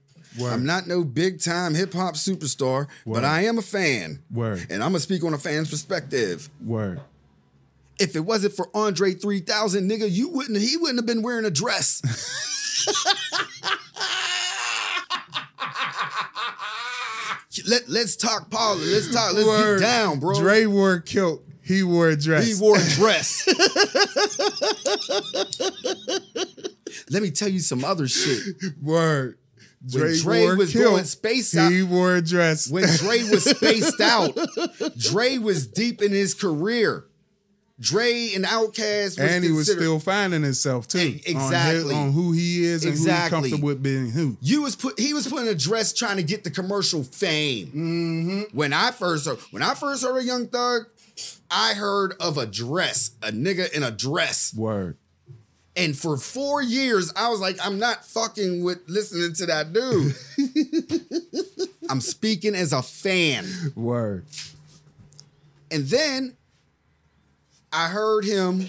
[SPEAKER 1] Word.
[SPEAKER 2] i'm not no big time hip-hop superstar
[SPEAKER 1] Word.
[SPEAKER 2] but i am a fan
[SPEAKER 1] Word.
[SPEAKER 2] and i'm gonna speak on a fan's perspective
[SPEAKER 1] Word.
[SPEAKER 2] if it wasn't for andre 3000 nigga you wouldn't he wouldn't have been wearing a dress Let, let's talk Paula. Let's talk. Let's
[SPEAKER 1] Word.
[SPEAKER 2] get down, bro.
[SPEAKER 1] Dre wore a kilt. He wore a dress.
[SPEAKER 2] He wore a dress. Let me tell you some other shit.
[SPEAKER 1] Word.
[SPEAKER 2] When
[SPEAKER 1] Dre,
[SPEAKER 2] Dre
[SPEAKER 1] wore a
[SPEAKER 2] was
[SPEAKER 1] kilt.
[SPEAKER 2] going space out-
[SPEAKER 1] He wore a dress.
[SPEAKER 2] When Dre was spaced out, Dre was deep in his career. Dre and Outkast was
[SPEAKER 1] and he was
[SPEAKER 2] considered-
[SPEAKER 1] still finding himself too.
[SPEAKER 2] E-
[SPEAKER 1] on his-
[SPEAKER 2] exactly.
[SPEAKER 1] On, who he is and
[SPEAKER 2] Exactly.
[SPEAKER 1] who he's comfortable with being who.
[SPEAKER 2] You was put. He was putting a dress trying to get the commercial fame. When I first heard, when I first heard of Young Thug, I heard of a dress, a nigga in a dress.
[SPEAKER 1] Word.
[SPEAKER 2] And for four years, I was like, I'm not fucking with listening to that dude. I'm speaking as a fan.
[SPEAKER 1] Word.
[SPEAKER 2] And then I heard him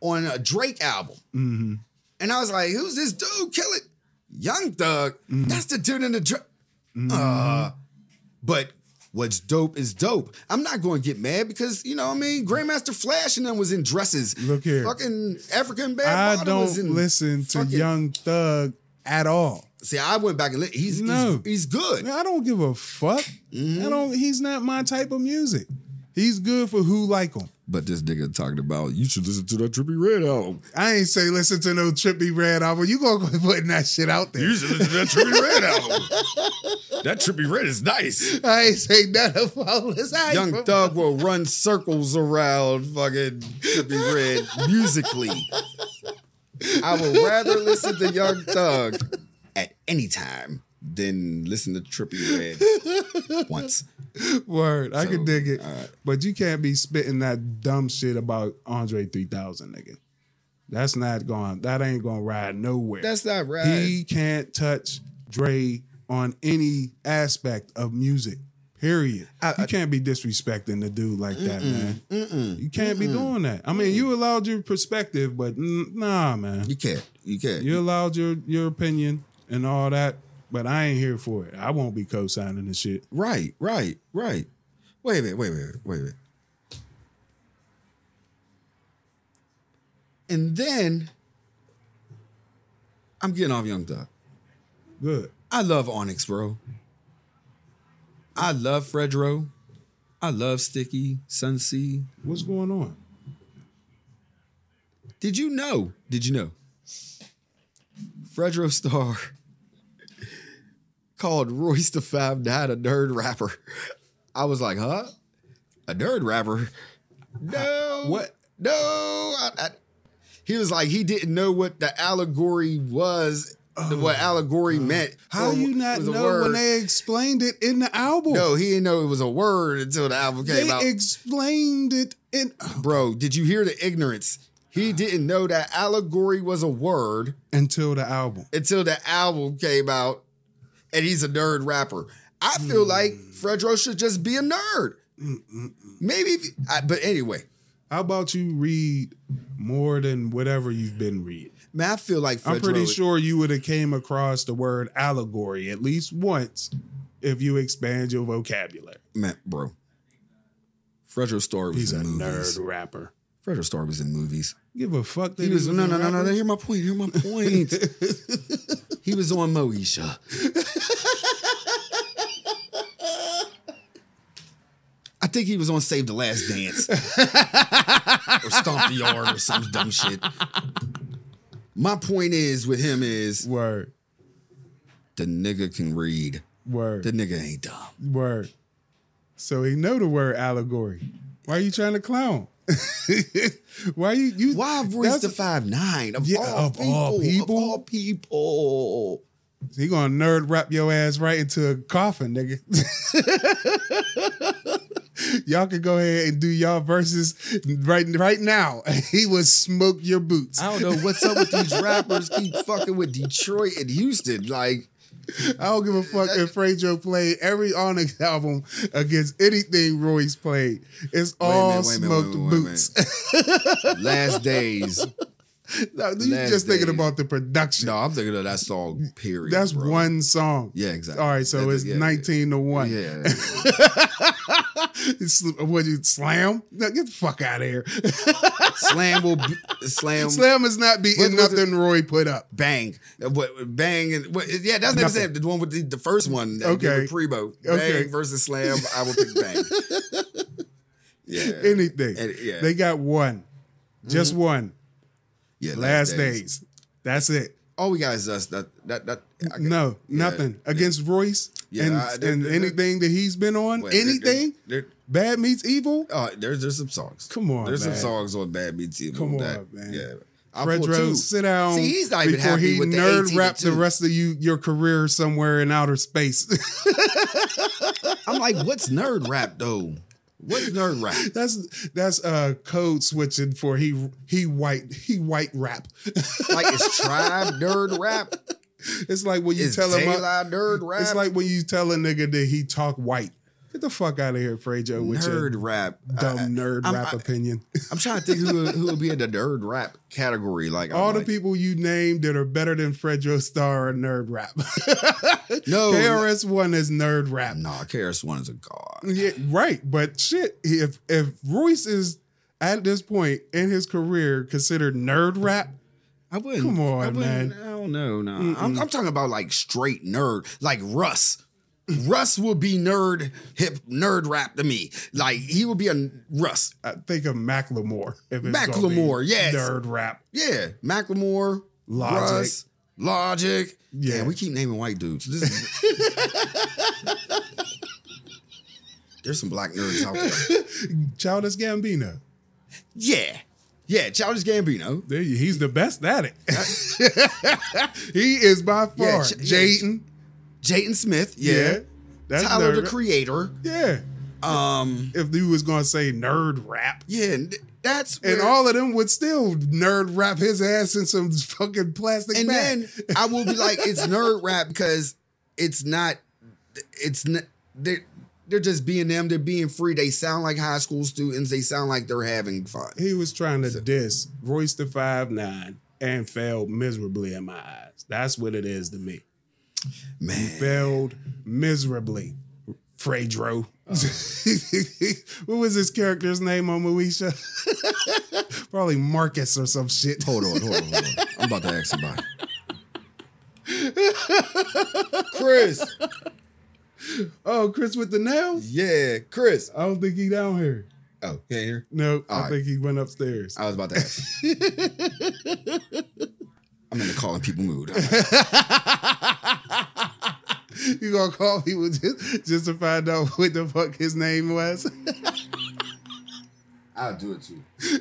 [SPEAKER 2] on a Drake album.
[SPEAKER 1] Mm-hmm.
[SPEAKER 2] And I was like, who's this dude? Kill it. Young Thug.
[SPEAKER 1] Mm-hmm.
[SPEAKER 2] That's the dude in the Drake. Uh, but what's dope is dope. I'm not going to get mad because, you know what I mean? Grandmaster Flash and them was in dresses.
[SPEAKER 1] Look here.
[SPEAKER 2] Fucking African Bad
[SPEAKER 1] I
[SPEAKER 2] Bottom was
[SPEAKER 1] don't
[SPEAKER 2] in
[SPEAKER 1] listen to
[SPEAKER 2] fucking-
[SPEAKER 1] Young Thug at all.
[SPEAKER 2] See, I went back and li- he's,
[SPEAKER 1] No.
[SPEAKER 2] he's he's good.
[SPEAKER 1] I don't give a fuck. I don't. He's not my type of music. He's good for who like him.
[SPEAKER 2] But this nigga talking about you should listen to that Trippy Red album.
[SPEAKER 1] I ain't say listen to no trippy red album. You gonna quit putting that shit out there?
[SPEAKER 2] should listen to that Trippy Red album. That Trippy Red is nice.
[SPEAKER 1] I ain't say nothing about this. I ain't
[SPEAKER 2] Young
[SPEAKER 1] from-
[SPEAKER 2] Thug will run circles around fucking Trippy Red musically. I would rather listen to Young Thug at any time than listen to Trippy Red once.
[SPEAKER 1] Word, I can
[SPEAKER 2] So, uh,
[SPEAKER 1] dig it,
[SPEAKER 2] alright.
[SPEAKER 1] but you can't be spitting that dumb shit about Andre three thousand, nigga. That's not going. That ain't gonna ride nowhere.
[SPEAKER 2] That's not right.
[SPEAKER 1] He can't touch Dre on any aspect of music. Period.
[SPEAKER 2] I-
[SPEAKER 1] you
[SPEAKER 2] I-
[SPEAKER 1] can't be disrespecting the dude like that, man.
[SPEAKER 2] Mm-mm.
[SPEAKER 1] You can't be doing that. I mean, you allowed your perspective, but n- nah, man.
[SPEAKER 2] You can't. You can't.
[SPEAKER 1] You allowed your your opinion and all that, but I ain't here for it. I won't be co-signing this shit.
[SPEAKER 2] Right, right, right. Wait a minute, wait a minute, wait a minute. And then I'm getting off Young Thug.
[SPEAKER 1] Good.
[SPEAKER 2] I love Onyx, bro. I love Fredro. I love Sticky, Sun C.
[SPEAKER 1] What's going on?
[SPEAKER 2] Did you know? Did you know? Fredro Starr called Royce the Five Nine a nerd rapper. I was like, huh? A nerd rapper? No.
[SPEAKER 1] What?
[SPEAKER 2] No. I, I, he was like, he didn't know what the allegory was, what allegory meant.
[SPEAKER 1] Oh How
[SPEAKER 2] or
[SPEAKER 1] you not
[SPEAKER 2] was a
[SPEAKER 1] know when
[SPEAKER 2] word.
[SPEAKER 1] they explained it in the album?
[SPEAKER 2] No, he didn't know it was a word until the album
[SPEAKER 1] they
[SPEAKER 2] came out.
[SPEAKER 1] explained it in.
[SPEAKER 2] Bro, did you hear the ignorance? He didn't know that allegory was a word.
[SPEAKER 1] until the album.
[SPEAKER 2] until the album came out and he's a nerd rapper. I feel
[SPEAKER 1] Hmm.
[SPEAKER 2] like Fredro should just be a nerd. Maybe, if- I, but anyway,
[SPEAKER 1] How about you read more than whatever you've been reading?
[SPEAKER 2] man, I feel like Fredro.
[SPEAKER 1] I'm pretty sure you would have came across the word allegory at least once if you expand your vocabulary.
[SPEAKER 2] man, bro. Fredro Starr was
[SPEAKER 1] He's a
[SPEAKER 2] in movies.
[SPEAKER 1] nerd rapper.
[SPEAKER 2] Fredro Starr was in movies.
[SPEAKER 1] Give a fuck. That
[SPEAKER 2] He was,
[SPEAKER 1] a
[SPEAKER 2] no, no, no, no,
[SPEAKER 1] rapper?
[SPEAKER 2] no. Hear my point. Hear my point. he was on Moesha. I think he was on Save the Last Dance or Stomp the Yard or some dumb shit. My point is with him is
[SPEAKER 1] Word,
[SPEAKER 2] the nigga can read.
[SPEAKER 1] word,
[SPEAKER 2] The nigga ain't dumb.
[SPEAKER 1] word. So he know the word allegory. Why are you trying to clown? Why you you?
[SPEAKER 2] Why voice
[SPEAKER 1] that's-
[SPEAKER 2] the five nine of,
[SPEAKER 1] Yeah,
[SPEAKER 2] all,
[SPEAKER 1] of
[SPEAKER 2] people,
[SPEAKER 1] all people?
[SPEAKER 2] Of all people.
[SPEAKER 1] He gonna nerd wrap your ass right into a coffin, nigga. y'all can go ahead and do y'all verses right right now. He would smoke your boots. I
[SPEAKER 2] I don't know what's up with these rappers keep fucking with Detroit and Houston. Like,
[SPEAKER 1] don't, give a fuck if Frejo played every Onyx album against anything Royce played. It's
[SPEAKER 2] a minute,
[SPEAKER 1] all
[SPEAKER 2] wait a minute,
[SPEAKER 1] smoked
[SPEAKER 2] wait a minute, wait a
[SPEAKER 1] boots.
[SPEAKER 2] last days.
[SPEAKER 1] no, you
[SPEAKER 2] Last
[SPEAKER 1] just thinking
[SPEAKER 2] days.
[SPEAKER 1] about the production.
[SPEAKER 2] No, I'm thinking of that song. Period.
[SPEAKER 1] That's
[SPEAKER 2] bro.
[SPEAKER 1] one song.
[SPEAKER 2] Yeah, exactly.
[SPEAKER 1] All right, so
[SPEAKER 2] That-
[SPEAKER 1] it's
[SPEAKER 2] yeah,
[SPEAKER 1] nineteen to
[SPEAKER 2] Yeah.
[SPEAKER 1] one.
[SPEAKER 2] yeah.
[SPEAKER 1] It's- what you slam? No, get the fuck out of here.
[SPEAKER 2] slam will be, slam,
[SPEAKER 1] Slam is not beating
[SPEAKER 2] What was
[SPEAKER 1] nothing Roy put up.
[SPEAKER 2] bang. Uh, What bang and what, yeah, that's never
[SPEAKER 1] Nothing.
[SPEAKER 2] said the one with the, the first one. That okay.
[SPEAKER 1] Okay.
[SPEAKER 2] With Prebo. Bang
[SPEAKER 1] Okay.
[SPEAKER 2] versus slam. I will pick bang. yeah.
[SPEAKER 1] Anything.
[SPEAKER 2] And- yeah. Mm-hmm.
[SPEAKER 1] They got one. Just one.
[SPEAKER 2] yeah.
[SPEAKER 1] Last days. That's it.
[SPEAKER 2] All we got is us. That that that. I-
[SPEAKER 1] No,
[SPEAKER 2] yeah,
[SPEAKER 1] nothing. Against Royce
[SPEAKER 2] Yeah,
[SPEAKER 1] and,
[SPEAKER 2] I- they're-
[SPEAKER 1] and
[SPEAKER 2] they're-
[SPEAKER 1] anything that he's been on,
[SPEAKER 2] wait, there- there-
[SPEAKER 1] anything,
[SPEAKER 2] there-
[SPEAKER 1] bad meets evil.
[SPEAKER 2] Oh, there's there's some songs.
[SPEAKER 1] Come on,
[SPEAKER 2] there's
[SPEAKER 1] man.
[SPEAKER 2] some songs on Bad Beats. even
[SPEAKER 1] Come
[SPEAKER 2] with
[SPEAKER 1] on,
[SPEAKER 2] that.
[SPEAKER 1] man.
[SPEAKER 2] Yeah, I
[SPEAKER 1] Fred
[SPEAKER 2] pulled two.
[SPEAKER 1] Rose, sit down
[SPEAKER 2] See, he's not even
[SPEAKER 1] before
[SPEAKER 2] happy
[SPEAKER 1] he
[SPEAKER 2] with the
[SPEAKER 1] nerd
[SPEAKER 2] 18 to
[SPEAKER 1] wrapped the
[SPEAKER 2] two.
[SPEAKER 1] rest of you your career somewhere in outer space.
[SPEAKER 2] I'm like, what's nerd rap though? What's nerd rap?
[SPEAKER 1] that's that's uh code switching for he he white he white rap.
[SPEAKER 2] Like it's tribe nerd rap.
[SPEAKER 1] It's like when you
[SPEAKER 2] It's
[SPEAKER 1] tell him uh,
[SPEAKER 2] daylight nerd rap.
[SPEAKER 1] It's like when you tell a nigga that he talk white. Get the fuck out of here, Frejo, with
[SPEAKER 2] nerd
[SPEAKER 1] your
[SPEAKER 2] rap.
[SPEAKER 1] dumb
[SPEAKER 2] I,
[SPEAKER 1] nerd
[SPEAKER 2] I'm-
[SPEAKER 1] rap
[SPEAKER 2] I-
[SPEAKER 1] opinion.
[SPEAKER 2] am trying to think who who would be in the nerd rap category. Like I'm
[SPEAKER 1] All the
[SPEAKER 2] like,
[SPEAKER 1] people you named that are better than Frejo Star are nerd rap.
[SPEAKER 2] No,
[SPEAKER 1] KRS One is nerd rap.
[SPEAKER 2] Nah, KRS One is a god.
[SPEAKER 1] Yeah, right. But shit, if if Royce is at this point in his career considered nerd rap,
[SPEAKER 2] I wouldn't.
[SPEAKER 1] Come on,
[SPEAKER 2] I wouldn't-
[SPEAKER 1] man.
[SPEAKER 2] I don't know. Nah, I'm, I'm talking about like straight nerd, like Russ. Russ will be nerd hip nerd rap to me. Like he will be a Russ.
[SPEAKER 1] I think of Macklemore. If it's gonna be
[SPEAKER 2] Macklemore, yes.
[SPEAKER 1] nerd rap.
[SPEAKER 2] Yeah, Macklemore,
[SPEAKER 1] Logic.
[SPEAKER 2] Russ, Logic.
[SPEAKER 1] Yeah.
[SPEAKER 2] Yeah, we keep naming white dudes. This is- There's some black nerds out there.
[SPEAKER 1] Childish Gambino.
[SPEAKER 2] Yeah, yeah. Childish Gambino.
[SPEAKER 1] There you- He's the best at it. he is by far
[SPEAKER 2] Yeah, Ch- yeah,
[SPEAKER 1] Jayden.
[SPEAKER 2] Jayden Smith.
[SPEAKER 1] Yeah,
[SPEAKER 2] Yeah.
[SPEAKER 1] that's
[SPEAKER 2] Tyler
[SPEAKER 1] nerd
[SPEAKER 2] the
[SPEAKER 1] rap.
[SPEAKER 2] Creator.
[SPEAKER 1] Yeah,
[SPEAKER 2] Um.
[SPEAKER 1] if you was gonna say nerd rap,
[SPEAKER 2] Yeah, and th- that's
[SPEAKER 1] and
[SPEAKER 2] where-
[SPEAKER 1] all of them would still nerd rap his ass in some fucking plastic
[SPEAKER 2] and
[SPEAKER 1] bag.
[SPEAKER 2] then I will be like, it's nerd rap because it's not, it's not, they're, they're just being them, they're being free. They sound like high school students, they sound like they're having fun.
[SPEAKER 1] he was trying to diss Royce the Five Nine and failed miserably in my eyes. That's what it is to me.
[SPEAKER 2] Man,
[SPEAKER 1] Failed miserably, Fredro. what was his character's name on Moesha? Probably Marcus or some shit.
[SPEAKER 2] hold on, hold on, hold on. I'm about to ask somebody. Chris,
[SPEAKER 1] Oh, Chris with the nails?
[SPEAKER 2] yeah, Chris.
[SPEAKER 1] I don't think he down here.
[SPEAKER 2] Oh, yeah, here.
[SPEAKER 1] No, I
[SPEAKER 2] All right.
[SPEAKER 1] think he went upstairs.
[SPEAKER 2] I was about to ask. I'm in the calling people mood.
[SPEAKER 1] you gonna call people just, just to find out what the fuck his name was?
[SPEAKER 2] I'll do it too.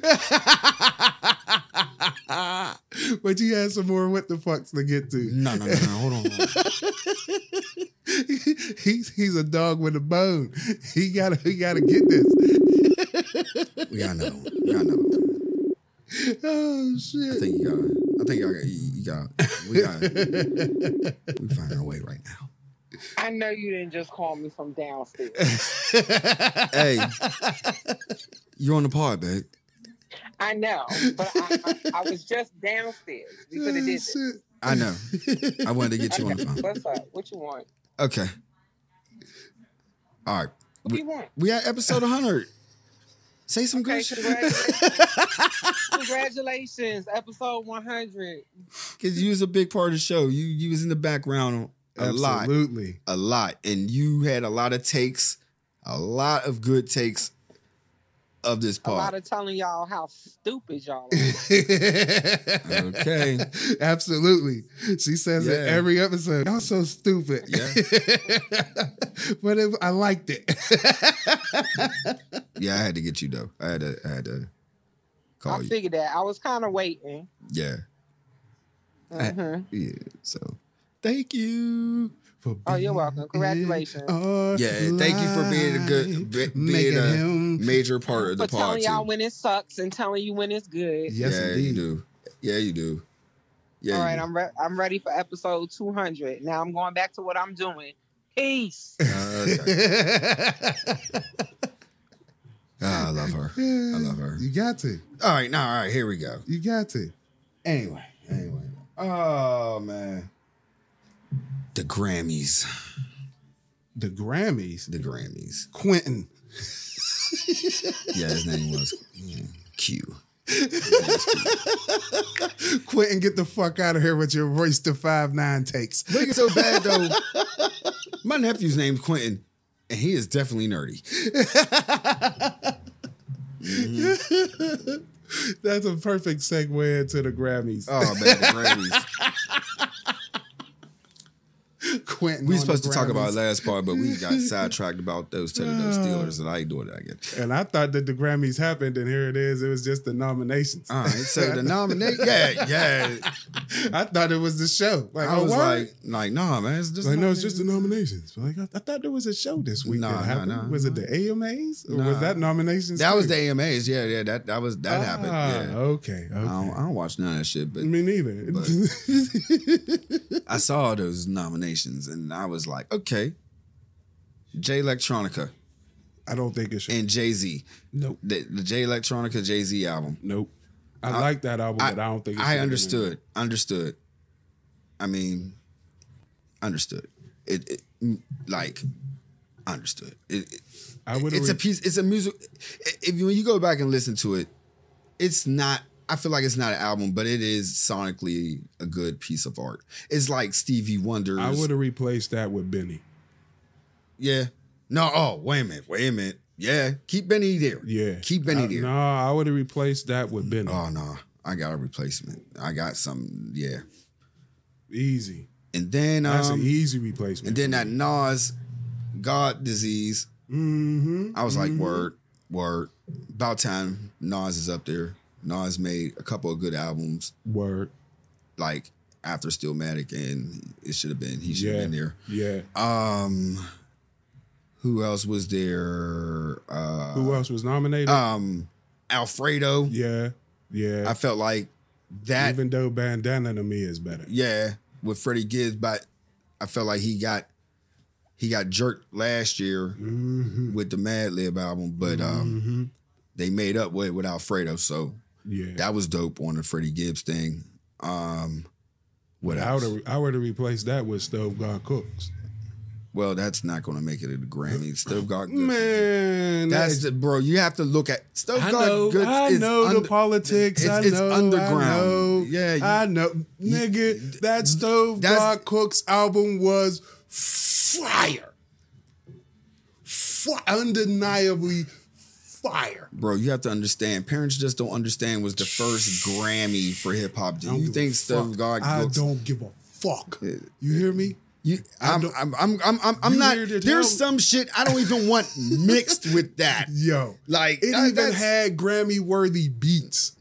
[SPEAKER 1] but you had some more what the fucks to get to.
[SPEAKER 2] No, no, no, no. Hold on. Hold on.
[SPEAKER 1] he's he's a dog with a bone. He gotta he gotta get this.
[SPEAKER 2] We got another one. We got another one.
[SPEAKER 1] Oh
[SPEAKER 2] I
[SPEAKER 1] shit.
[SPEAKER 2] think you got. I think y'all got. You, you got. We got. we find our way right now.
[SPEAKER 5] I know you didn't just call me from downstairs.
[SPEAKER 2] Hey, you're on the pod, babe.
[SPEAKER 5] I know, but I, I, I was just downstairs. We could have
[SPEAKER 1] Oh,
[SPEAKER 5] did this.
[SPEAKER 1] shit.
[SPEAKER 2] I know. I wanted to get you on the phone.
[SPEAKER 5] Okay, what's up? What you want?
[SPEAKER 2] Okay. All right.
[SPEAKER 5] What do you want?
[SPEAKER 2] We at episode 100. Say some
[SPEAKER 5] Okay,
[SPEAKER 2] good shit.
[SPEAKER 5] congratulations. Congratulations, episode 100.
[SPEAKER 2] Because you was a big part of the show. You you was in the background a lot.
[SPEAKER 1] Absolutely.
[SPEAKER 2] a lot, and you had a lot of takes, a lot of good takes of this
[SPEAKER 5] A lot
[SPEAKER 2] part.
[SPEAKER 5] of telling y'all how stupid y'all are.
[SPEAKER 2] okay,
[SPEAKER 1] Absolutely. She says it
[SPEAKER 2] Yeah.
[SPEAKER 1] every episode. Y'all so stupid.
[SPEAKER 2] Yeah.
[SPEAKER 1] but it, I liked it.
[SPEAKER 2] yeah, I had to get you though. I had to, I had to
[SPEAKER 5] I
[SPEAKER 2] call you.
[SPEAKER 5] figured that. I was kind of waiting.
[SPEAKER 2] Yeah, I-
[SPEAKER 5] Mhm.
[SPEAKER 2] yeah. So thank you.
[SPEAKER 1] For
[SPEAKER 5] Oh, you're welcome.
[SPEAKER 1] being
[SPEAKER 5] Congratulations.
[SPEAKER 1] in our
[SPEAKER 2] Yeah, and thank you for being a good-
[SPEAKER 1] life,
[SPEAKER 2] be- being
[SPEAKER 1] making
[SPEAKER 2] a-
[SPEAKER 1] him.
[SPEAKER 2] Major part of the
[SPEAKER 5] For
[SPEAKER 2] pod
[SPEAKER 5] telling
[SPEAKER 2] too.
[SPEAKER 5] y'all when it sucks and telling you when it's good.
[SPEAKER 1] Yes,
[SPEAKER 2] yeah, you
[SPEAKER 1] indeed.
[SPEAKER 2] do. Yeah, you do. Yeah.
[SPEAKER 5] All
[SPEAKER 2] you
[SPEAKER 5] right,
[SPEAKER 2] do.
[SPEAKER 5] I'm re- I'm ready for episode 200. Now I'm going back to what I'm doing. Peace.
[SPEAKER 2] Uh, okay. Ah, I love her. I love her.
[SPEAKER 1] You got to.
[SPEAKER 2] All right, now, all right, here we go.
[SPEAKER 1] You got to.
[SPEAKER 2] Anyway, anyway. Oh man. The Grammys.
[SPEAKER 1] The Grammys.
[SPEAKER 2] The Grammys.
[SPEAKER 1] Quentin.
[SPEAKER 2] Yeah, his name was yeah, Q.
[SPEAKER 1] Quentin, get the fuck out of here with your voice to five nine takes.
[SPEAKER 2] Make it so bad though. My nephew's name's Quentin, and he is definitely nerdy.
[SPEAKER 1] That's a perfect segue into the Grammys.
[SPEAKER 2] Oh man, the Grammys.
[SPEAKER 1] Quentin,
[SPEAKER 2] we
[SPEAKER 1] on
[SPEAKER 2] were supposed
[SPEAKER 1] the
[SPEAKER 2] to talk about
[SPEAKER 1] Grammys.
[SPEAKER 2] last part, but we got sidetracked about those Teddy those Steelers, and I ain't doing that again.
[SPEAKER 1] And I thought that the Grammys happened, and here it is. It was just the nominations.
[SPEAKER 2] All right, so the nominate, yeah, yeah.
[SPEAKER 1] I thought it was the show. Like,
[SPEAKER 2] I was
[SPEAKER 1] word?
[SPEAKER 2] like, oh, like, nah, man, it's just
[SPEAKER 1] Like, no, it's just the nominations. But like, I, I thought there was a show this week.
[SPEAKER 2] Nah,
[SPEAKER 1] that
[SPEAKER 2] nah,
[SPEAKER 1] happened.
[SPEAKER 2] nah.
[SPEAKER 1] was it the AMAs or
[SPEAKER 2] Nah.
[SPEAKER 1] was that nominations?
[SPEAKER 2] That was
[SPEAKER 1] too?
[SPEAKER 2] the AMAs, yeah, yeah. That that was that
[SPEAKER 1] Ah,
[SPEAKER 2] happened. Yeah.
[SPEAKER 1] Okay,
[SPEAKER 2] I, don't,
[SPEAKER 1] okay.
[SPEAKER 2] I don't watch none of that shit, but
[SPEAKER 1] Me neither.
[SPEAKER 2] I saw those nominations and I was like, okay, J Electronica
[SPEAKER 1] I don't think it should.
[SPEAKER 2] and Jay Z,
[SPEAKER 1] nope,
[SPEAKER 2] the, the J Electronica Jay Z album.
[SPEAKER 1] nope. I,
[SPEAKER 2] I-
[SPEAKER 1] like that album,
[SPEAKER 2] I-
[SPEAKER 1] but I don't think it should have
[SPEAKER 2] I
[SPEAKER 1] been
[SPEAKER 2] understood, understood. I mean, understood. It, it mm, like understood. It, it-
[SPEAKER 1] in there. I would.
[SPEAKER 2] it's a piece. It's a music. i- If you, when you go back and listen to it, it's not. I feel like it's not an album, but it is sonically a good piece of art. It's like Stevie Wonder's.
[SPEAKER 1] I would have replaced that with Benny.
[SPEAKER 2] Yeah. No. Oh, wait a minute. Wait a minute. Yeah. Keep Benny there.
[SPEAKER 1] Yeah,
[SPEAKER 2] Keep Benny
[SPEAKER 1] I-
[SPEAKER 2] there.
[SPEAKER 1] No, I would have replaced that with Benny.
[SPEAKER 2] Oh no. I got a replacement. I got some. Yeah.
[SPEAKER 1] easy.
[SPEAKER 2] And then
[SPEAKER 1] That's
[SPEAKER 2] um.
[SPEAKER 1] an easy replacement.
[SPEAKER 2] and then that Nas, God disease.
[SPEAKER 1] Mm-hmm.
[SPEAKER 2] I was like, word, word. About time Nas is up there. Nas made a couple of good albums,
[SPEAKER 1] word.
[SPEAKER 2] like after Stillmatic, and it should have been. He should have
[SPEAKER 1] Yeah.
[SPEAKER 2] been there.
[SPEAKER 1] Yeah.
[SPEAKER 2] Um. Who else was there? Uh,
[SPEAKER 1] Who else was nominated?
[SPEAKER 2] Um, Alfredo.
[SPEAKER 1] yeah, yeah.
[SPEAKER 2] I felt like that,
[SPEAKER 1] Even though Bandana to me is better.
[SPEAKER 2] yeah, with Freddie Gibbs, but I felt like he got he got jerked last year
[SPEAKER 1] Mm-hmm.
[SPEAKER 2] with the Mad Lib album, but um, they made up with it with Alfredo, so
[SPEAKER 1] Mm-hmm. yeah.
[SPEAKER 2] that was dope on the Freddie Gibbs thing. Um, what
[SPEAKER 1] I
[SPEAKER 2] else?
[SPEAKER 1] would I would have replaced that with Stove God Cooks.
[SPEAKER 2] Well, that's not going to make it to the Grammys. Stove got good.
[SPEAKER 1] Man,
[SPEAKER 2] That's the, bro. You have to look at Stove
[SPEAKER 1] I
[SPEAKER 2] got
[SPEAKER 1] know,
[SPEAKER 2] good.
[SPEAKER 1] I
[SPEAKER 2] is
[SPEAKER 1] know the
[SPEAKER 2] under-
[SPEAKER 1] politics.
[SPEAKER 2] It's,
[SPEAKER 1] I
[SPEAKER 2] it's
[SPEAKER 1] know,
[SPEAKER 2] underground.
[SPEAKER 1] I know,
[SPEAKER 2] yeah, you-
[SPEAKER 1] I know, nigga. That Stove
[SPEAKER 2] that's-
[SPEAKER 1] God Cooks album was fire, Fi- undeniably fire.
[SPEAKER 2] Bro, you have to understand. Parents just don't understand was the first Grammy for hip hop.
[SPEAKER 1] I
[SPEAKER 2] Do
[SPEAKER 1] don't
[SPEAKER 2] you
[SPEAKER 1] give a
[SPEAKER 2] think
[SPEAKER 1] fuck.
[SPEAKER 2] Stove God
[SPEAKER 1] I
[SPEAKER 2] Cooks?
[SPEAKER 1] don't give a fuck. You hear me?
[SPEAKER 2] You, I'm,
[SPEAKER 1] don't-
[SPEAKER 2] I'm, I'm, I'm, I'm,
[SPEAKER 1] You
[SPEAKER 2] I'm not.
[SPEAKER 1] hear the
[SPEAKER 2] There's some
[SPEAKER 1] tone?
[SPEAKER 2] shit I don't even want mixed with that.
[SPEAKER 1] Yo,
[SPEAKER 2] Like
[SPEAKER 1] it
[SPEAKER 2] that-
[SPEAKER 1] even
[SPEAKER 2] that's-
[SPEAKER 1] had Grammy worthy beats.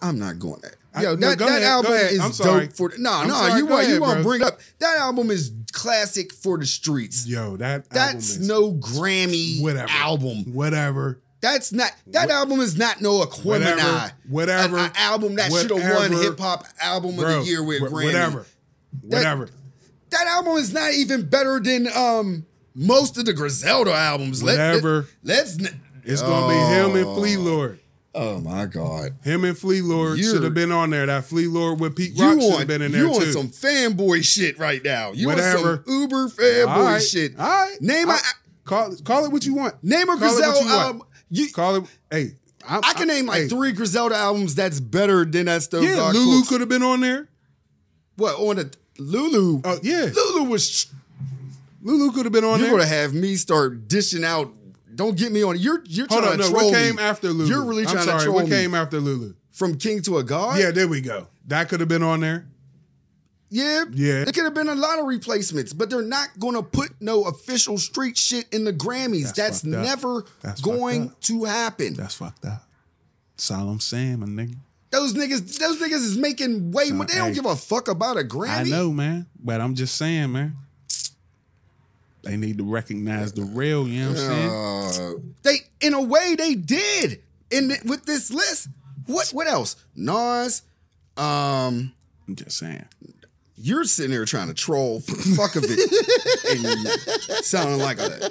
[SPEAKER 2] I'm not going there.
[SPEAKER 1] I-
[SPEAKER 2] Yo,
[SPEAKER 1] no,
[SPEAKER 2] that,
[SPEAKER 1] go
[SPEAKER 2] that
[SPEAKER 1] ahead, go
[SPEAKER 2] album
[SPEAKER 1] ahead.
[SPEAKER 2] is
[SPEAKER 1] I'm sorry.
[SPEAKER 2] dope for. No,
[SPEAKER 1] I'm
[SPEAKER 2] no,
[SPEAKER 1] sorry,
[SPEAKER 2] you
[SPEAKER 1] go
[SPEAKER 2] want you
[SPEAKER 1] ahead,
[SPEAKER 2] want to
[SPEAKER 1] bro.
[SPEAKER 2] bring up that album is classic for the streets.
[SPEAKER 1] Yo, that
[SPEAKER 2] That's
[SPEAKER 1] album is
[SPEAKER 2] no Grammy
[SPEAKER 1] Whatever.
[SPEAKER 2] album.
[SPEAKER 1] whatever,
[SPEAKER 2] That's not that
[SPEAKER 1] What-
[SPEAKER 2] album is not no Aquemini.
[SPEAKER 1] whatever, whatever,
[SPEAKER 2] An album that should have won
[SPEAKER 1] whatever.
[SPEAKER 2] hip hop album
[SPEAKER 1] bro,
[SPEAKER 2] of the year with
[SPEAKER 1] wh-
[SPEAKER 2] Grammy.
[SPEAKER 1] whatever, whatever.
[SPEAKER 2] That album is not even better than um most of the Griselda albums.
[SPEAKER 1] Whatever.
[SPEAKER 2] Let, us n-
[SPEAKER 1] It's gonna be him and Flea
[SPEAKER 2] Oh.
[SPEAKER 1] Lord.
[SPEAKER 2] Oh my god.
[SPEAKER 1] Him and Flea Lord
[SPEAKER 2] You're-
[SPEAKER 1] should have been on there. That Flea Lord with Pete
[SPEAKER 2] You
[SPEAKER 1] Rock should
[SPEAKER 2] on,
[SPEAKER 1] have been in there
[SPEAKER 2] you on
[SPEAKER 1] too.
[SPEAKER 2] some fanboy shit right now. You
[SPEAKER 1] Whatever.
[SPEAKER 2] on some uber fanboy
[SPEAKER 1] All right,
[SPEAKER 2] shit.
[SPEAKER 1] All right,
[SPEAKER 2] Name
[SPEAKER 1] I-
[SPEAKER 2] a-
[SPEAKER 1] call call it what you want.
[SPEAKER 2] Name a
[SPEAKER 1] Call it what
[SPEAKER 2] Griselda
[SPEAKER 1] you want.
[SPEAKER 2] album. You,
[SPEAKER 1] Call him. Hey, I'm,
[SPEAKER 2] I can name like
[SPEAKER 1] hey,
[SPEAKER 2] three Griselda albums that's better than that Stove
[SPEAKER 1] Yeah,
[SPEAKER 2] Dog.
[SPEAKER 1] Lulu
[SPEAKER 2] Cooks.
[SPEAKER 1] could have been on there.
[SPEAKER 2] What on the Lulu?
[SPEAKER 1] Oh yeah,
[SPEAKER 2] Lulu was.
[SPEAKER 1] Lulu could have been on
[SPEAKER 2] You're
[SPEAKER 1] there.
[SPEAKER 2] gonna have me start dishing out. Don't get me on. You're you're
[SPEAKER 1] Hold
[SPEAKER 2] trying
[SPEAKER 1] on,
[SPEAKER 2] to
[SPEAKER 1] no.
[SPEAKER 2] troll
[SPEAKER 1] What came
[SPEAKER 2] me.
[SPEAKER 1] after Lulu?
[SPEAKER 2] You're really
[SPEAKER 1] I'm
[SPEAKER 2] trying to
[SPEAKER 1] sorry,
[SPEAKER 2] troll
[SPEAKER 1] What
[SPEAKER 2] me.
[SPEAKER 1] came after Lulu?
[SPEAKER 2] from King to a God.
[SPEAKER 1] Yeah, there we go. That could have been on there.
[SPEAKER 2] yeah,
[SPEAKER 1] Yeah.
[SPEAKER 2] It could have been a lot of replacements, but they're not gonna put no official street shit in the Grammys. That's,
[SPEAKER 1] That's fucked up.
[SPEAKER 2] never
[SPEAKER 1] That's
[SPEAKER 2] going
[SPEAKER 1] fucked up.
[SPEAKER 2] to happen.
[SPEAKER 1] That's fucked up. That's all I'm saying, my nigga.
[SPEAKER 2] Those niggas, those niggas is making way more. They
[SPEAKER 1] hey.
[SPEAKER 2] don't give a fuck about a Grammy.
[SPEAKER 1] I know, man. But I'm just saying, man. They need to recognize the real, you know what I'm saying?
[SPEAKER 2] Uh, they, in a way, they did. In th- with this list, what what else? Nas, um,
[SPEAKER 1] I'm just saying.
[SPEAKER 2] you're sitting here trying to troll for the fuck of it, and sounding like a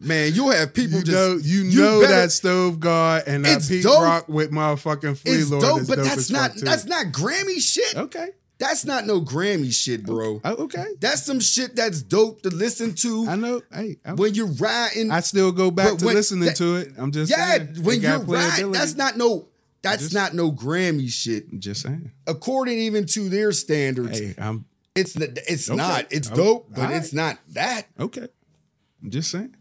[SPEAKER 2] man. You'll have people
[SPEAKER 1] You
[SPEAKER 2] just
[SPEAKER 1] know, you,
[SPEAKER 2] you
[SPEAKER 1] know
[SPEAKER 2] better-
[SPEAKER 1] that stove guard and that
[SPEAKER 2] It's
[SPEAKER 1] Pete
[SPEAKER 2] dope.
[SPEAKER 1] Rock with motherfucking Flea
[SPEAKER 2] It's
[SPEAKER 1] Lord
[SPEAKER 2] dope,
[SPEAKER 1] is
[SPEAKER 2] but
[SPEAKER 1] dope
[SPEAKER 2] that's
[SPEAKER 1] as fuck,
[SPEAKER 2] not
[SPEAKER 1] too.
[SPEAKER 2] that's not Grammy shit.
[SPEAKER 1] okay.
[SPEAKER 2] That's not no Grammy shit, bro.
[SPEAKER 1] Oh, okay.
[SPEAKER 2] That's some shit that's dope to listen to
[SPEAKER 1] I know. Hey, I,
[SPEAKER 2] when you're riding.
[SPEAKER 1] I still go back
[SPEAKER 2] But
[SPEAKER 1] to
[SPEAKER 2] when-
[SPEAKER 1] listening
[SPEAKER 2] that-
[SPEAKER 1] to it. I'm just
[SPEAKER 2] yeah,
[SPEAKER 1] saying, it
[SPEAKER 2] when you're
[SPEAKER 1] got
[SPEAKER 2] riding,
[SPEAKER 1] playability.
[SPEAKER 2] that's not no. That's
[SPEAKER 1] Just-
[SPEAKER 2] not no Grammy shit.
[SPEAKER 1] I'm just saying.
[SPEAKER 2] according even to their standards,
[SPEAKER 1] Hey, I'm
[SPEAKER 2] it's n- it's
[SPEAKER 1] Okay.
[SPEAKER 2] not. It's
[SPEAKER 1] Oh,
[SPEAKER 2] dope, but
[SPEAKER 1] alright.
[SPEAKER 2] it's not that.
[SPEAKER 1] okay. I'm just saying.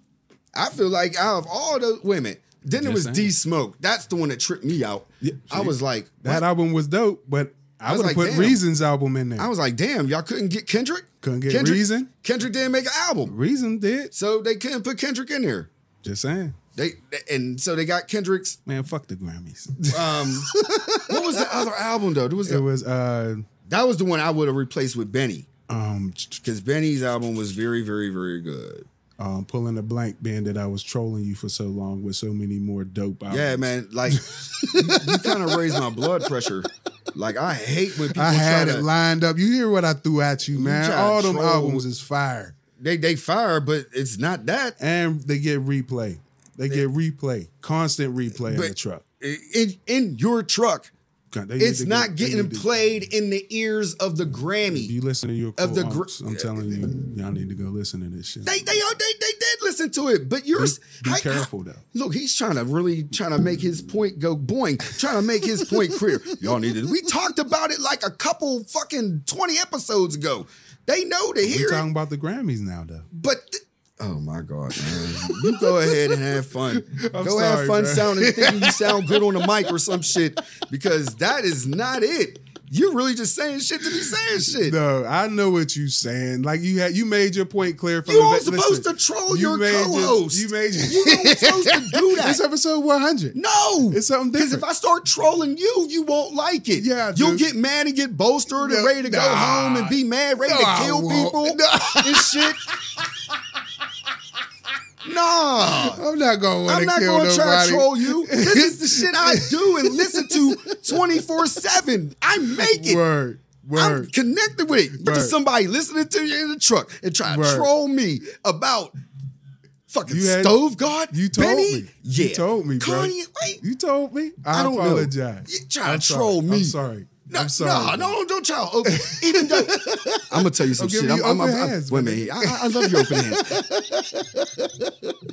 [SPEAKER 2] I feel like out of all those women, then there
[SPEAKER 1] Just
[SPEAKER 2] was
[SPEAKER 1] saying.
[SPEAKER 2] D Smoke. That's the one that tripped me out.
[SPEAKER 1] Yeah,
[SPEAKER 2] I
[SPEAKER 1] see,
[SPEAKER 2] was like,
[SPEAKER 1] that
[SPEAKER 2] what?
[SPEAKER 1] album was dope, but I,
[SPEAKER 2] I was
[SPEAKER 1] would have
[SPEAKER 2] like,
[SPEAKER 1] put
[SPEAKER 2] damn.
[SPEAKER 1] Reason's album in there.
[SPEAKER 2] I was like, damn, y'all couldn't get Kendrick.
[SPEAKER 1] Couldn't get
[SPEAKER 2] Kendrick,
[SPEAKER 1] Reason.
[SPEAKER 2] Kendrick didn't make an album,
[SPEAKER 1] Reason did.
[SPEAKER 2] so they couldn't put Kendrick in there.
[SPEAKER 1] Just saying.
[SPEAKER 2] They and so they got Kendrick's.
[SPEAKER 1] Man, fuck the Grammys.
[SPEAKER 2] Um, what was the other album though? There was
[SPEAKER 1] it
[SPEAKER 2] a-
[SPEAKER 1] was uh
[SPEAKER 2] that was the one I would have replaced with Benny
[SPEAKER 1] um
[SPEAKER 2] because Benny's album was very, very, very good.
[SPEAKER 1] um pulling a blank band that I was trolling you for so long with so many more dope albums.
[SPEAKER 2] Yeah, man. Like you, you kind of raised my blood pressure. Like I hate when people
[SPEAKER 1] I had
[SPEAKER 2] try
[SPEAKER 1] it
[SPEAKER 2] to,
[SPEAKER 1] lined up. You hear what I threw at you, man.
[SPEAKER 2] try to
[SPEAKER 1] All them
[SPEAKER 2] troll.
[SPEAKER 1] albums is fire.
[SPEAKER 2] they they fire, but it's not that.
[SPEAKER 1] And they get replay. They, get replay. Constant replay on
[SPEAKER 2] But-
[SPEAKER 1] the truck.
[SPEAKER 2] In in your truck,
[SPEAKER 1] God, they need
[SPEAKER 2] it's
[SPEAKER 1] to
[SPEAKER 2] not
[SPEAKER 1] get- they
[SPEAKER 2] getting
[SPEAKER 1] need to-
[SPEAKER 2] played in the ears of the
[SPEAKER 1] If
[SPEAKER 2] Grammy.
[SPEAKER 1] you listen to your cool
[SPEAKER 2] Of the gr-
[SPEAKER 1] unks, I'm telling you, y'all need to go listen to this shit.
[SPEAKER 2] They they all- they they did listen to it, but yours.
[SPEAKER 1] Be
[SPEAKER 2] I-
[SPEAKER 1] careful though.
[SPEAKER 2] Look, he's trying to really trying to make his point go boing, trying to make his point clear. Y'all need to. We talked about it like a couple fucking twenty episodes ago. They know to
[SPEAKER 1] We're
[SPEAKER 2] hear it.
[SPEAKER 1] talking about the Grammys now though.
[SPEAKER 2] But th- oh my god, man. you go ahead and have fun.
[SPEAKER 1] I'm
[SPEAKER 2] go
[SPEAKER 1] sorry,
[SPEAKER 2] have fun
[SPEAKER 1] bro.
[SPEAKER 2] sounding thinking you sound good on the mic or some shit because that is not it. You're really just saying shit to be saying shit.
[SPEAKER 1] No, I know what you saying. Like you had, you made your point clear. From
[SPEAKER 2] you
[SPEAKER 1] the,
[SPEAKER 2] aren't
[SPEAKER 1] listen,
[SPEAKER 2] supposed to troll your
[SPEAKER 1] made
[SPEAKER 2] co-host.
[SPEAKER 1] You
[SPEAKER 2] You,
[SPEAKER 1] made your,
[SPEAKER 2] aren't supposed to do that.
[SPEAKER 1] It's episode 100.
[SPEAKER 2] no.
[SPEAKER 1] It's something
[SPEAKER 2] because if
[SPEAKER 1] different.
[SPEAKER 2] I start trolling you, you won't like it.
[SPEAKER 1] Yeah, I do.
[SPEAKER 2] you'll get mad and get bolstered
[SPEAKER 1] No,
[SPEAKER 2] and ready to go
[SPEAKER 1] nah.
[SPEAKER 2] home and be mad, ready
[SPEAKER 1] No,
[SPEAKER 2] to
[SPEAKER 1] I
[SPEAKER 2] kill
[SPEAKER 1] won't.
[SPEAKER 2] people and shit. Nah,
[SPEAKER 1] I'm not gonna want
[SPEAKER 2] I'm
[SPEAKER 1] to
[SPEAKER 2] not
[SPEAKER 1] kill
[SPEAKER 2] going to
[SPEAKER 1] nobody.
[SPEAKER 2] try to troll you. This is the shit I do and listen to 24 7. I make it.
[SPEAKER 1] Word,
[SPEAKER 2] I'm
[SPEAKER 1] word.
[SPEAKER 2] connected with it. But
[SPEAKER 1] Word.
[SPEAKER 2] there's somebody listening to you in the truck and trying
[SPEAKER 1] Word.
[SPEAKER 2] to troll me about fucking
[SPEAKER 1] You had-
[SPEAKER 2] stove guard.
[SPEAKER 1] you told
[SPEAKER 2] Benny?
[SPEAKER 1] me.
[SPEAKER 2] Yeah.
[SPEAKER 1] You told me, bro.
[SPEAKER 2] Kanye, wait.
[SPEAKER 1] you told me. I,
[SPEAKER 2] I don't know.
[SPEAKER 1] apologize.
[SPEAKER 2] You trying to
[SPEAKER 1] I'm sorry.
[SPEAKER 2] troll me.
[SPEAKER 1] I'm sorry. I'm sorry.
[SPEAKER 2] No, no, don't try. Okay. Even though, I'm gonna tell you some
[SPEAKER 1] I'm
[SPEAKER 2] shit.
[SPEAKER 1] giving
[SPEAKER 2] I'm,
[SPEAKER 1] you
[SPEAKER 2] I'm,
[SPEAKER 1] open
[SPEAKER 2] I'm- I'm-
[SPEAKER 1] hands,
[SPEAKER 2] wait a
[SPEAKER 1] man.
[SPEAKER 2] minute. I, I- I love your open hands.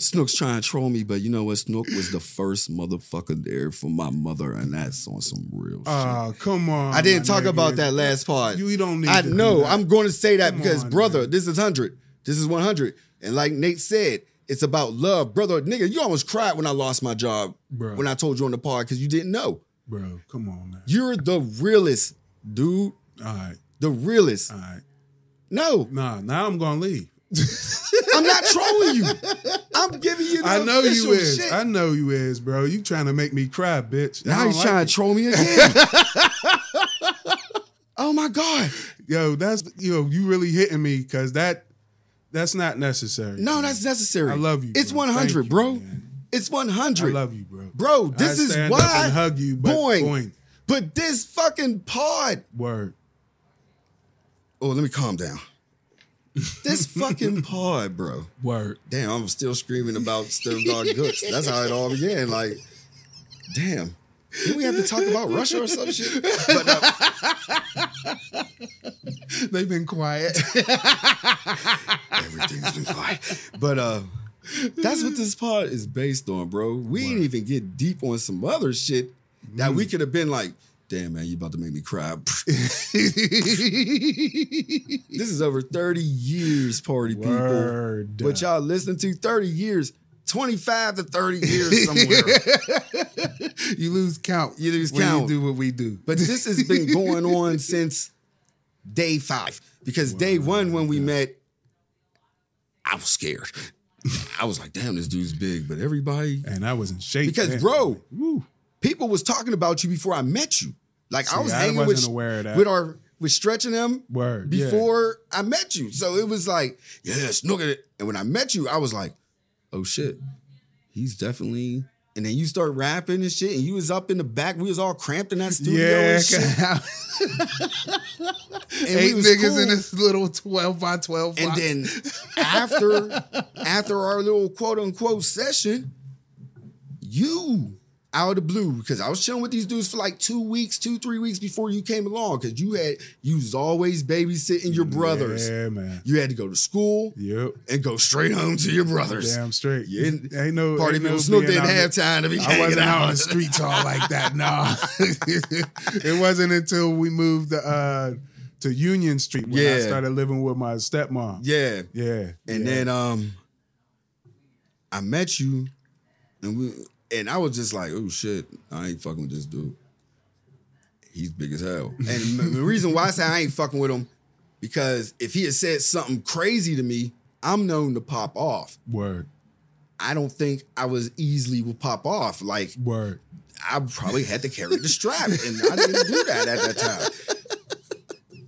[SPEAKER 2] Snook's trying to troll me, but you know what? Snook was the first motherfucker there for my mother, and that's on some real shit.
[SPEAKER 1] Oh, come on.
[SPEAKER 2] I didn't
[SPEAKER 1] my
[SPEAKER 2] talk
[SPEAKER 1] nigga.
[SPEAKER 2] about that last part.
[SPEAKER 1] You, you don't need
[SPEAKER 2] I
[SPEAKER 1] to do
[SPEAKER 2] know.
[SPEAKER 1] that.
[SPEAKER 2] I'm going to say that
[SPEAKER 1] Come
[SPEAKER 2] because,
[SPEAKER 1] on,
[SPEAKER 2] brother,
[SPEAKER 1] man.
[SPEAKER 2] this is 100. This is 100. And like Nate said, it's about love. Brother, nigga, you almost cried when I lost my job
[SPEAKER 1] Bruh.
[SPEAKER 2] when I told you on the pod because you didn't know.
[SPEAKER 1] Bro, come on, man.
[SPEAKER 2] You're the realest, dude.
[SPEAKER 1] All right.
[SPEAKER 2] The realest.
[SPEAKER 1] All right.
[SPEAKER 2] No,
[SPEAKER 1] Nah, now I'm going to leave.
[SPEAKER 2] I'm not trolling you. I'm giving you the
[SPEAKER 1] I know you
[SPEAKER 2] official
[SPEAKER 1] is.
[SPEAKER 2] shit.
[SPEAKER 1] I know you is, bro. You trying to make me cry, bitch. I
[SPEAKER 2] now
[SPEAKER 1] don't
[SPEAKER 2] he's
[SPEAKER 1] like
[SPEAKER 2] trying
[SPEAKER 1] it.
[SPEAKER 2] to troll me again. oh my God.
[SPEAKER 1] yo, that's yo, you really hitting me because that that's not necessary.
[SPEAKER 2] No, that's necessary.
[SPEAKER 1] I love you.
[SPEAKER 2] It's
[SPEAKER 1] bro.
[SPEAKER 2] 100,
[SPEAKER 1] Thank you,
[SPEAKER 2] bro.
[SPEAKER 1] man.
[SPEAKER 2] It's
[SPEAKER 1] I
[SPEAKER 2] 100.
[SPEAKER 1] love you, bro.
[SPEAKER 2] Bro, this
[SPEAKER 1] I
[SPEAKER 2] is
[SPEAKER 1] stand
[SPEAKER 2] why.
[SPEAKER 1] up and hug you, but
[SPEAKER 2] Boing.
[SPEAKER 1] boing.
[SPEAKER 2] But this fucking pod.
[SPEAKER 1] Word.
[SPEAKER 2] Oh, let me calm down. This fucking pod, bro.
[SPEAKER 1] Word.
[SPEAKER 2] Damn, I'm still screaming about Stone Dog Gooks. That's how it all began. Like, damn. Do we have to talk about Russia or some shit? But uh,
[SPEAKER 1] They've been quiet.
[SPEAKER 2] everything's been fine. But uh, That's what this pod is based on, bro. We didn't
[SPEAKER 1] Word. Mm.
[SPEAKER 2] even get deep on some other shit that we could have been like, damn, man, you about to make me cry. this is over 30 years, party people.
[SPEAKER 1] Word.
[SPEAKER 2] But y'all listening to 30 years, 25 to 30 years somewhere.
[SPEAKER 1] you lose count.
[SPEAKER 2] You lose
[SPEAKER 1] when
[SPEAKER 2] count.
[SPEAKER 1] You do what we do.
[SPEAKER 2] But this has been going on since day five because day one when we met, I was scared. I was like, damn, this dude's big, but everybody,
[SPEAKER 1] and I was in shape
[SPEAKER 2] Because,
[SPEAKER 1] then.
[SPEAKER 2] bro,
[SPEAKER 1] Woo.
[SPEAKER 2] people was talking about you before I met you. Like I
[SPEAKER 1] See,
[SPEAKER 2] was
[SPEAKER 1] I
[SPEAKER 2] hanging
[SPEAKER 1] wasn't
[SPEAKER 2] with,
[SPEAKER 1] aware of that.
[SPEAKER 2] with our with stretching them
[SPEAKER 1] Word, yeah.
[SPEAKER 2] before I met you. So it was like, yes, look at it. And when I met you, I was like, oh shit, he's definitely. And then you start rapping and shit, and you was up in the back. We was all cramped in that studio
[SPEAKER 1] yeah,
[SPEAKER 2] and shit. And we
[SPEAKER 1] eight
[SPEAKER 2] was
[SPEAKER 1] niggas
[SPEAKER 2] cool.
[SPEAKER 1] in this little twelve by twelve.
[SPEAKER 2] And
[SPEAKER 1] box.
[SPEAKER 2] then after after our little quote unquote session, you out of the blue because I was chilling with these dudes for like two weeks, two three weeks before you came along because you had you was always babysitting your brothers.
[SPEAKER 1] Yeah, man.
[SPEAKER 2] You had to go to school
[SPEAKER 1] Yep.
[SPEAKER 2] and go straight home to your brothers.
[SPEAKER 1] Damn straight.
[SPEAKER 2] You didn't-
[SPEAKER 1] ain't no
[SPEAKER 2] Party
[SPEAKER 1] ain't no
[SPEAKER 2] people Snoop
[SPEAKER 1] being
[SPEAKER 2] didn't
[SPEAKER 1] out-
[SPEAKER 2] have time to be
[SPEAKER 1] I
[SPEAKER 2] hanging
[SPEAKER 1] wasn't out
[SPEAKER 2] out
[SPEAKER 1] on the streets all like that. No, it wasn't until we moved uh, to Union Street when I
[SPEAKER 2] Yeah.
[SPEAKER 1] started living with my stepmom.
[SPEAKER 2] Yeah.
[SPEAKER 1] yeah.
[SPEAKER 2] And
[SPEAKER 1] yeah.
[SPEAKER 2] then um I met you and we and I was just like, oh shit, I ain't fucking with this dude. He's big as hell. And m- the reason why I say I ain't fucking with him, because if he had said something crazy to me, I'm known to pop off.
[SPEAKER 1] word,
[SPEAKER 2] I don't think I was easily will pop off. Like
[SPEAKER 1] word.
[SPEAKER 2] I probably had to carry the strap, and I didn't do that at that time.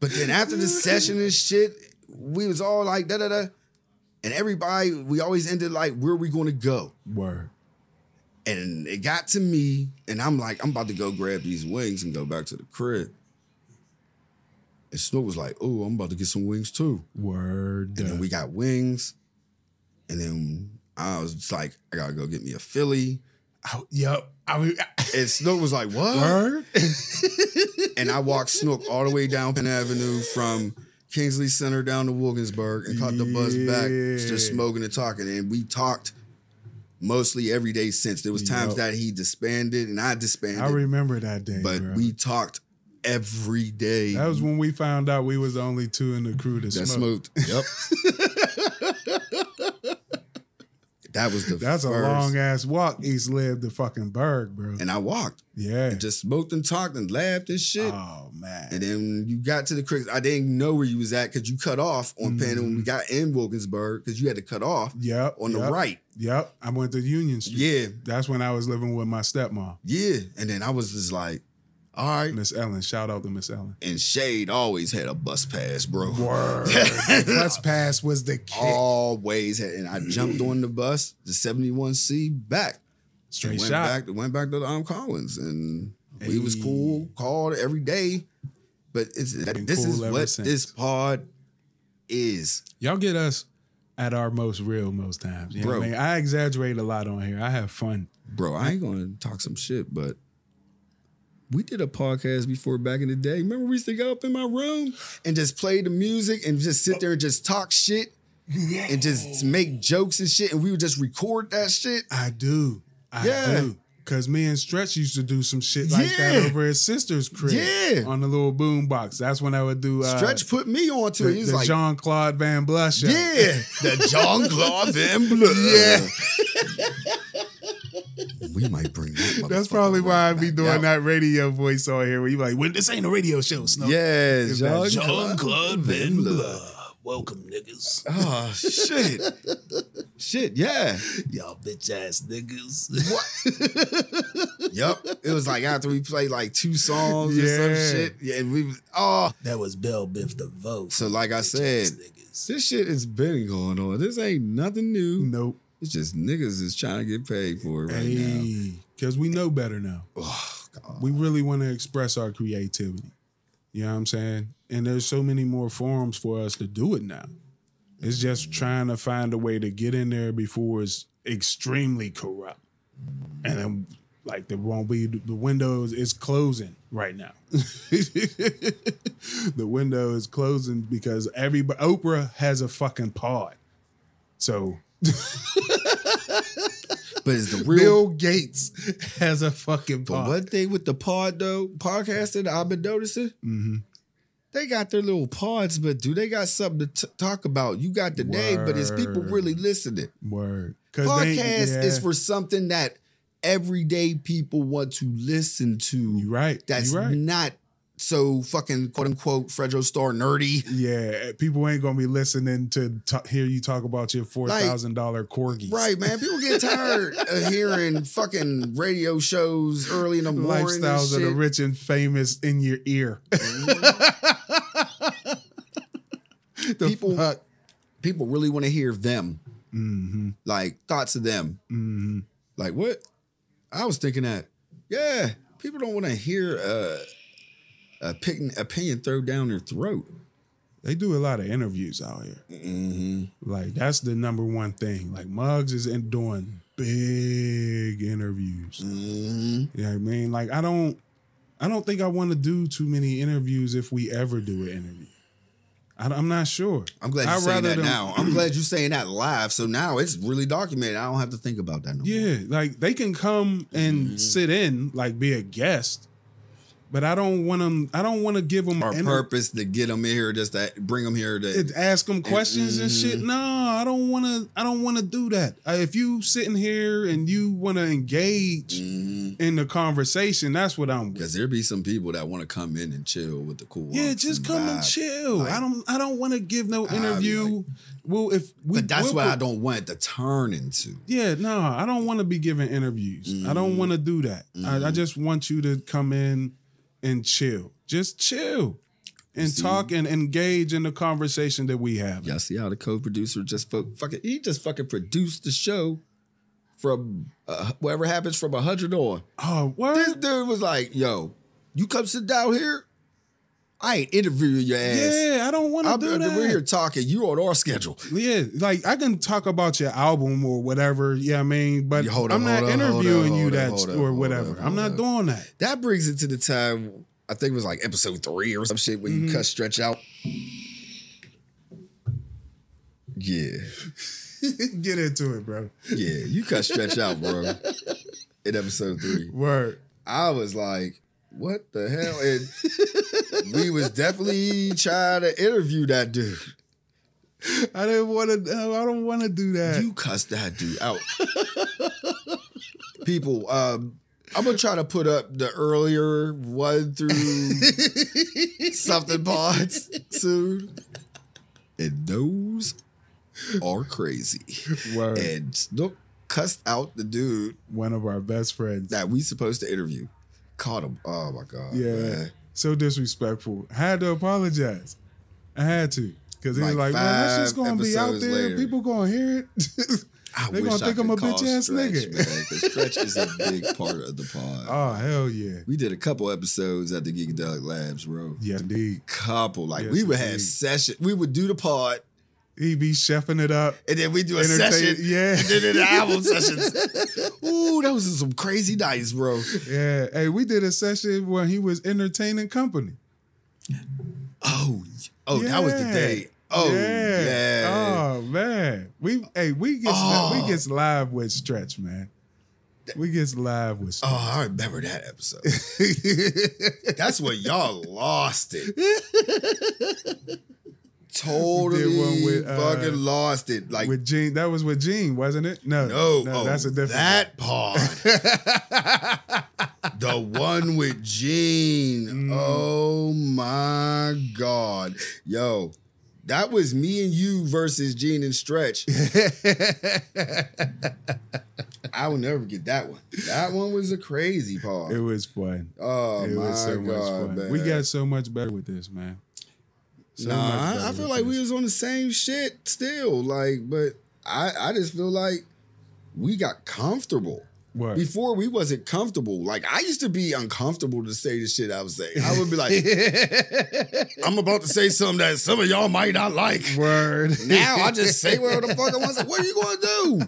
[SPEAKER 2] But then after the session and shit, we was all like da da da, and everybody we always ended like where we going to go,
[SPEAKER 1] Word.
[SPEAKER 2] and it got to me, and I'm like I'm about to go grab these wings and go back to the crib. And Snoop was like, "Oh, I'm about to get some wings too."
[SPEAKER 1] Word.
[SPEAKER 2] And then we got wings, and then I was just like, "I gotta go get me a Philly."
[SPEAKER 1] I, yep. I, was-
[SPEAKER 2] And Snoop was like, "What?"
[SPEAKER 1] word.
[SPEAKER 2] and I walked Snook all the way down Penn Avenue from Kingsley Center down to Wilkinsburg and caught the bus back, just
[SPEAKER 1] Yeah.
[SPEAKER 2] smoking and talking. And we talked mostly every day since. There was times
[SPEAKER 1] Yup.
[SPEAKER 2] that he disbanded and I disbanded,
[SPEAKER 1] I remember that day.
[SPEAKER 2] but
[SPEAKER 1] bro.
[SPEAKER 2] we talked every day.
[SPEAKER 1] That was when we found out we was the only two in the crew that,
[SPEAKER 2] that
[SPEAKER 1] smoked.
[SPEAKER 2] smoked. Yep. that was the
[SPEAKER 1] That's a
[SPEAKER 2] first.
[SPEAKER 1] long ass walk East Lib to fucking Berg, bro.
[SPEAKER 2] and I walked,
[SPEAKER 1] yeah.
[SPEAKER 2] just smoked and talked and laughed and shit.
[SPEAKER 1] oh man.
[SPEAKER 2] And then you got to the creek. I didn't know where you was at because you cut off on Penn when
[SPEAKER 1] Mm-hmm.
[SPEAKER 2] we got in Wilkinsburg because you had to cut off
[SPEAKER 1] Yep.
[SPEAKER 2] on the
[SPEAKER 1] yep,
[SPEAKER 2] right.
[SPEAKER 1] Yep. I went to Union Street.
[SPEAKER 2] Yeah,
[SPEAKER 1] That's when I was living with my stepmom,
[SPEAKER 2] yeah. And then I was just like, all right.
[SPEAKER 1] Miss Ellen. Shout out to Miss Ellen.
[SPEAKER 2] And Shade always had a bus pass, bro.
[SPEAKER 1] Word. Bus pass was the kick.
[SPEAKER 2] Oh, Always had. And I
[SPEAKER 1] Mm-hmm.
[SPEAKER 2] jumped on the bus, the 71C back. And
[SPEAKER 1] Straight
[SPEAKER 2] went
[SPEAKER 1] shot.
[SPEAKER 2] back went back to the um, Collins. And we was
[SPEAKER 1] Hey.
[SPEAKER 2] cool, called every day. But it's,
[SPEAKER 1] Been
[SPEAKER 2] this
[SPEAKER 1] cool
[SPEAKER 2] is
[SPEAKER 1] ever
[SPEAKER 2] what
[SPEAKER 1] since.
[SPEAKER 2] this pod is.
[SPEAKER 1] Y'all get us at our most real most times. You know
[SPEAKER 2] Bro.
[SPEAKER 1] what I mean? I exaggerate a lot on here. I have fun.
[SPEAKER 2] Bro, I ain't gonna talk some shit, but we did a podcast before back in the day. Remember, we used to go up in my room and just play the music and just sit there and just talk shit and just make jokes and shit, and we would just record that shit.
[SPEAKER 1] I do. I
[SPEAKER 2] Yeah.
[SPEAKER 1] do. Cause me and Stretch used to do some shit like that
[SPEAKER 2] Yeah.
[SPEAKER 1] over his sister's crib.
[SPEAKER 2] Yeah.
[SPEAKER 1] On the little boom box. That's when I would do uh,
[SPEAKER 2] Stretch put me onto
[SPEAKER 1] the,
[SPEAKER 2] it. He was
[SPEAKER 1] the
[SPEAKER 2] like,
[SPEAKER 1] Jean Claude Van Blush. show.
[SPEAKER 2] Yeah, the John Claude Van Blue. Yeah. We might bring that.
[SPEAKER 1] That's probably
[SPEAKER 2] motherfucker
[SPEAKER 1] why
[SPEAKER 2] right
[SPEAKER 1] I'd be
[SPEAKER 2] back
[SPEAKER 1] doing
[SPEAKER 2] out.
[SPEAKER 1] that radio voice on here where you like, when this ain't a radio show, Snow.
[SPEAKER 2] Yeah,
[SPEAKER 1] It's
[SPEAKER 2] Jean
[SPEAKER 1] that
[SPEAKER 2] Claude Van Blue.
[SPEAKER 6] Welcome, niggas.
[SPEAKER 2] Oh shit, shit, yeah.
[SPEAKER 6] Y'all bitch ass niggas.
[SPEAKER 2] Yep. It was like after we played like two songs or some
[SPEAKER 1] Yeah.
[SPEAKER 2] shit. Yeah, and we was- oh
[SPEAKER 6] that was Bell Biff the vote.
[SPEAKER 2] so like I said,
[SPEAKER 6] niggas.
[SPEAKER 2] this shit has been going on. This ain't nothing new.
[SPEAKER 1] Nope.
[SPEAKER 2] It's just niggas is trying to get paid for it right now.
[SPEAKER 1] Because we know better now.
[SPEAKER 2] Oh, God.
[SPEAKER 1] We really want to express our creativity. You know what I'm saying? And there's so many more forums for us to do it now. It's just trying to find a way to get in there before it's extremely corrupt. And then like there won't be the windows is closing right now. the window is closing because everybody Oprah has a fucking pod. So
[SPEAKER 2] But it's the real.
[SPEAKER 1] Bill Gates has a fucking
[SPEAKER 2] but
[SPEAKER 1] pod.
[SPEAKER 2] one thing with the pod though, podcasting, I've been noticing
[SPEAKER 1] hmm
[SPEAKER 2] they got their little pods, but do they got something to t- talk about? You got the name, but is people
[SPEAKER 1] Word.
[SPEAKER 2] really listening?
[SPEAKER 1] Word. 'Cause they-
[SPEAKER 2] Podcast
[SPEAKER 1] yeah.
[SPEAKER 2] is for something that everyday people want to listen to.
[SPEAKER 1] You right.
[SPEAKER 2] That's
[SPEAKER 1] you right.
[SPEAKER 2] not so fucking quote unquote Fredro Star nerdy.
[SPEAKER 1] yeah, people ain't gonna be listening to ta- hear you talk about your four thousand dollar corgis.
[SPEAKER 2] Right, man. People get tired of hearing fucking radio shows early in the morning. and
[SPEAKER 1] Lifestyles of the
[SPEAKER 2] shit.
[SPEAKER 1] rich and famous in your ear. The
[SPEAKER 2] People-
[SPEAKER 1] fuck?
[SPEAKER 2] People really want to hear them,
[SPEAKER 1] Mhm,
[SPEAKER 2] like thoughts of them.
[SPEAKER 1] mhm.
[SPEAKER 2] Like what? I was thinking that. Yeah, people don't want to hear uh, a picking opinion thrown down their throat.
[SPEAKER 1] They do a lot of interviews out here.
[SPEAKER 2] Mm-hmm.
[SPEAKER 1] Like that's the number one thing. Like Muggs is in doing big interviews.
[SPEAKER 2] Mm-hmm.
[SPEAKER 1] You know what I mean? Like I don't I don't think I want to do too many interviews if we ever do an interview. I, am not sure.
[SPEAKER 2] I'm glad you're
[SPEAKER 1] I'd
[SPEAKER 2] saying
[SPEAKER 1] rather
[SPEAKER 2] that
[SPEAKER 1] them-
[SPEAKER 2] now. I'm glad you're saying that live. So now it's really documented. I don't have to think about that no more.
[SPEAKER 1] Yeah, like they can come and sit in, like be a guest, but I don't want them. I don't want to give them
[SPEAKER 2] Our purpose to get them here, just to bring them here to
[SPEAKER 1] and ask them questions and shit.
[SPEAKER 2] Mhm.
[SPEAKER 1] No, I don't want to. I don't want to do that. I, if you sitting here and you want to engage
[SPEAKER 2] Mhm.
[SPEAKER 1] in the conversation, that's what I'm. With.
[SPEAKER 2] Because there be some people that want to come in and chill with the cool.
[SPEAKER 1] Yeah,
[SPEAKER 2] unks
[SPEAKER 1] just come and
[SPEAKER 2] vibe.
[SPEAKER 1] chill. I
[SPEAKER 2] Like-
[SPEAKER 1] don't. I don't want to give no
[SPEAKER 2] I'd be
[SPEAKER 1] interview.
[SPEAKER 2] like-
[SPEAKER 1] well, if we,
[SPEAKER 2] But that's
[SPEAKER 1] we'll
[SPEAKER 2] what
[SPEAKER 1] put-
[SPEAKER 2] I don't want it to turn into.
[SPEAKER 1] Yeah, no, I don't want to be giving interviews. I don't
[SPEAKER 2] Mhm.
[SPEAKER 1] want to do that. I, I
[SPEAKER 2] Mhm.
[SPEAKER 1] just want you to come in and chill. Just chill and
[SPEAKER 2] See?
[SPEAKER 1] talk and engage in the conversation that we have.
[SPEAKER 2] Y'all see how the co-producer just fo- fucking he just fucking produced the show from uh, whatever happens from a hundred on.
[SPEAKER 1] Oh, what?
[SPEAKER 2] This dude was like, "Yo, you come sit down here. I ain't interviewing your ass.
[SPEAKER 1] yeah, I don't want to
[SPEAKER 2] I'm,
[SPEAKER 1] do that.
[SPEAKER 2] we're here talking. You on our schedule.
[SPEAKER 1] Yeah, like I can talk about your album or whatever. Yeah, I mean, but
[SPEAKER 2] Yeah, hold
[SPEAKER 1] I'm
[SPEAKER 2] on,
[SPEAKER 1] not
[SPEAKER 2] hold on, hold
[SPEAKER 1] interviewing
[SPEAKER 2] on,
[SPEAKER 1] you
[SPEAKER 2] hold on,
[SPEAKER 1] that
[SPEAKER 2] hold on,
[SPEAKER 1] or
[SPEAKER 2] hold on,
[SPEAKER 1] whatever.
[SPEAKER 2] hold
[SPEAKER 1] I'm not
[SPEAKER 2] on.
[SPEAKER 1] doing that.
[SPEAKER 2] That brings it to the time. I think it was like episode three or some shit when
[SPEAKER 1] Mhm.
[SPEAKER 2] you cut stretch out. Yeah,
[SPEAKER 1] Get into it, bro.
[SPEAKER 2] yeah, you cut stretch out, bro. In episode three,
[SPEAKER 1] Word.
[SPEAKER 2] I was like, what the hell? And we was definitely trying to interview that dude.
[SPEAKER 1] I didn't want to. I don't want to do that.
[SPEAKER 2] You cussed that dude out. People, um, I'm gonna try to put up the earlier one through something pods soon. And those are crazy.
[SPEAKER 1] Word.
[SPEAKER 2] And Snook cussed out the dude
[SPEAKER 1] One of our best friends.
[SPEAKER 2] that we supposed to interview. Caught him. Oh my god.
[SPEAKER 1] Yeah.
[SPEAKER 2] man.
[SPEAKER 1] so disrespectful. I had to apologize. I had to. Because he was
[SPEAKER 2] Like
[SPEAKER 1] like, man, that's just
[SPEAKER 2] five
[SPEAKER 1] going to be out
[SPEAKER 2] episodes
[SPEAKER 1] there.
[SPEAKER 2] later.
[SPEAKER 1] People going to hear it.
[SPEAKER 2] I
[SPEAKER 1] They
[SPEAKER 2] wish
[SPEAKER 1] gonna
[SPEAKER 2] I
[SPEAKER 1] think I'm
[SPEAKER 2] could
[SPEAKER 1] a bitch
[SPEAKER 2] call
[SPEAKER 1] ass
[SPEAKER 2] Stretch,
[SPEAKER 1] nigga.
[SPEAKER 2] man, 'cause Stretch is a big part of the pod.
[SPEAKER 1] oh, hell yeah.
[SPEAKER 2] We did a couple episodes at the Geekadelic Labs, bro.
[SPEAKER 1] Yes, indeed.
[SPEAKER 2] Couple, like
[SPEAKER 1] Yes,
[SPEAKER 2] we would have
[SPEAKER 1] indeed.
[SPEAKER 2] session. We would do the pod,
[SPEAKER 1] He be chefing it up.
[SPEAKER 2] and then we do a
[SPEAKER 1] entertain-
[SPEAKER 2] session.
[SPEAKER 1] Yeah.
[SPEAKER 2] And then the album sessions. Ooh, those are some crazy nights, bro.
[SPEAKER 1] yeah. Hey, we did a session where he was entertaining company.
[SPEAKER 2] Oh, oh, that was the
[SPEAKER 1] Yeah.
[SPEAKER 2] day. Oh, yeah.
[SPEAKER 1] Oh, man. We, hey, we gets,
[SPEAKER 2] Oh.
[SPEAKER 1] we gets live with Stretch, man. We gets live with Stretch.
[SPEAKER 2] Oh, I remember that episode. That's when y'all lost it. totally
[SPEAKER 1] Did one with, uh,
[SPEAKER 2] fucking lost it. Oh, Like,
[SPEAKER 1] with Gene. That was with Gene, wasn't it? No.
[SPEAKER 2] no, oh,
[SPEAKER 1] that's a different one.
[SPEAKER 2] That part. the one with Gene.
[SPEAKER 1] Mm.
[SPEAKER 2] Oh my God. Yo, that was me and you versus Gene and Stretch. I will never get that one. That one was a crazy part.
[SPEAKER 1] It was fun.
[SPEAKER 2] Oh
[SPEAKER 1] it
[SPEAKER 2] my
[SPEAKER 1] was so
[SPEAKER 2] god,
[SPEAKER 1] much fun.
[SPEAKER 2] man.
[SPEAKER 1] We got so much better with this, man. So
[SPEAKER 2] nah,
[SPEAKER 1] much
[SPEAKER 2] I-
[SPEAKER 1] better
[SPEAKER 2] I feel
[SPEAKER 1] with
[SPEAKER 2] like we
[SPEAKER 1] this.
[SPEAKER 2] was on the same shit still. Like, but I I just feel like we got comfortable.
[SPEAKER 1] What?
[SPEAKER 2] Before we wasn't comfortable. Like I used to be uncomfortable to say the shit I was saying. I would be like, I'm about to say something that some of y'all might not like.
[SPEAKER 1] Word.
[SPEAKER 2] Now I just say whatever the fuck I want. to say. What are you gonna do?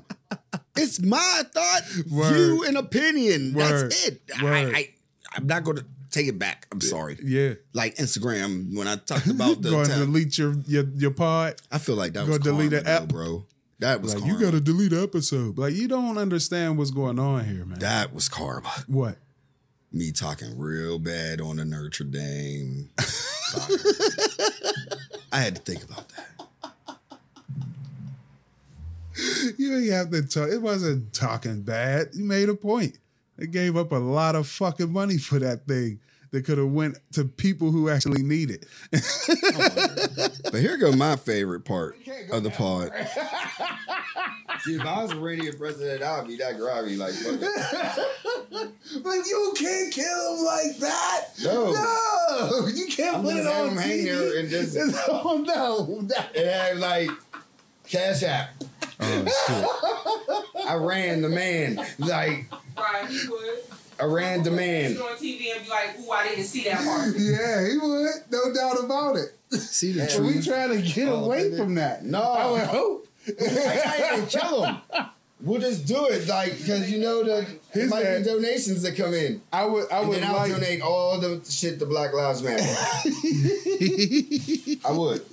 [SPEAKER 2] It's my thought,
[SPEAKER 1] Word.
[SPEAKER 2] view, and opinion.
[SPEAKER 1] Word.
[SPEAKER 2] That's it.
[SPEAKER 1] Word.
[SPEAKER 2] I, I I'm not gonna take it back. I'm sorry.
[SPEAKER 1] yeah.
[SPEAKER 2] like Instagram when I talked about the
[SPEAKER 1] Going to
[SPEAKER 2] time.
[SPEAKER 1] delete your your, your pod.
[SPEAKER 2] I feel like that
[SPEAKER 1] Go
[SPEAKER 2] was
[SPEAKER 1] delete
[SPEAKER 2] delete
[SPEAKER 1] the
[SPEAKER 2] karma,
[SPEAKER 1] app.
[SPEAKER 2] though, bro. That was
[SPEAKER 1] Like
[SPEAKER 2] karma.
[SPEAKER 1] you got to delete the episode. Like you don't understand what's going on here, man.
[SPEAKER 2] that was karma.
[SPEAKER 1] what?
[SPEAKER 2] Me talking real bad on a Notre Dame. fire. I had to think about that.
[SPEAKER 1] You ain't have to talk. It wasn't talking bad. You made a point. They gave up a lot of fucking money for that thing that could have went to people who actually need it.
[SPEAKER 2] But here go my favorite part of the pod. See, if I was a radio president, I'd be that grabby. Like, fuck it.
[SPEAKER 1] But you can't kill him like that.
[SPEAKER 2] No.
[SPEAKER 1] No, you can't
[SPEAKER 2] Oh. I'm gonna have him hang there and just
[SPEAKER 1] oh no, that-
[SPEAKER 2] and have like cash app.
[SPEAKER 1] oh,
[SPEAKER 2] I ran the man. Like
[SPEAKER 7] Right, you would.
[SPEAKER 2] I ran the man.
[SPEAKER 7] You on TV and be like, ooh, I didn't see that part.
[SPEAKER 1] shit. yeah, he would, no doubt about it.
[SPEAKER 2] See the
[SPEAKER 1] And we
[SPEAKER 2] truth.
[SPEAKER 1] trying to get
[SPEAKER 2] Oh,
[SPEAKER 1] away
[SPEAKER 2] baby.
[SPEAKER 1] from that.
[SPEAKER 2] No.
[SPEAKER 1] I would hope.
[SPEAKER 2] I can't even kill him. We'll just do it, like, because you know the there
[SPEAKER 1] His
[SPEAKER 2] might
[SPEAKER 1] dad-
[SPEAKER 2] be donations that come in.
[SPEAKER 1] I would. I
[SPEAKER 2] And
[SPEAKER 1] would
[SPEAKER 2] then I'll
[SPEAKER 1] like.
[SPEAKER 2] donate all the shit to Black Lives Matter. I would.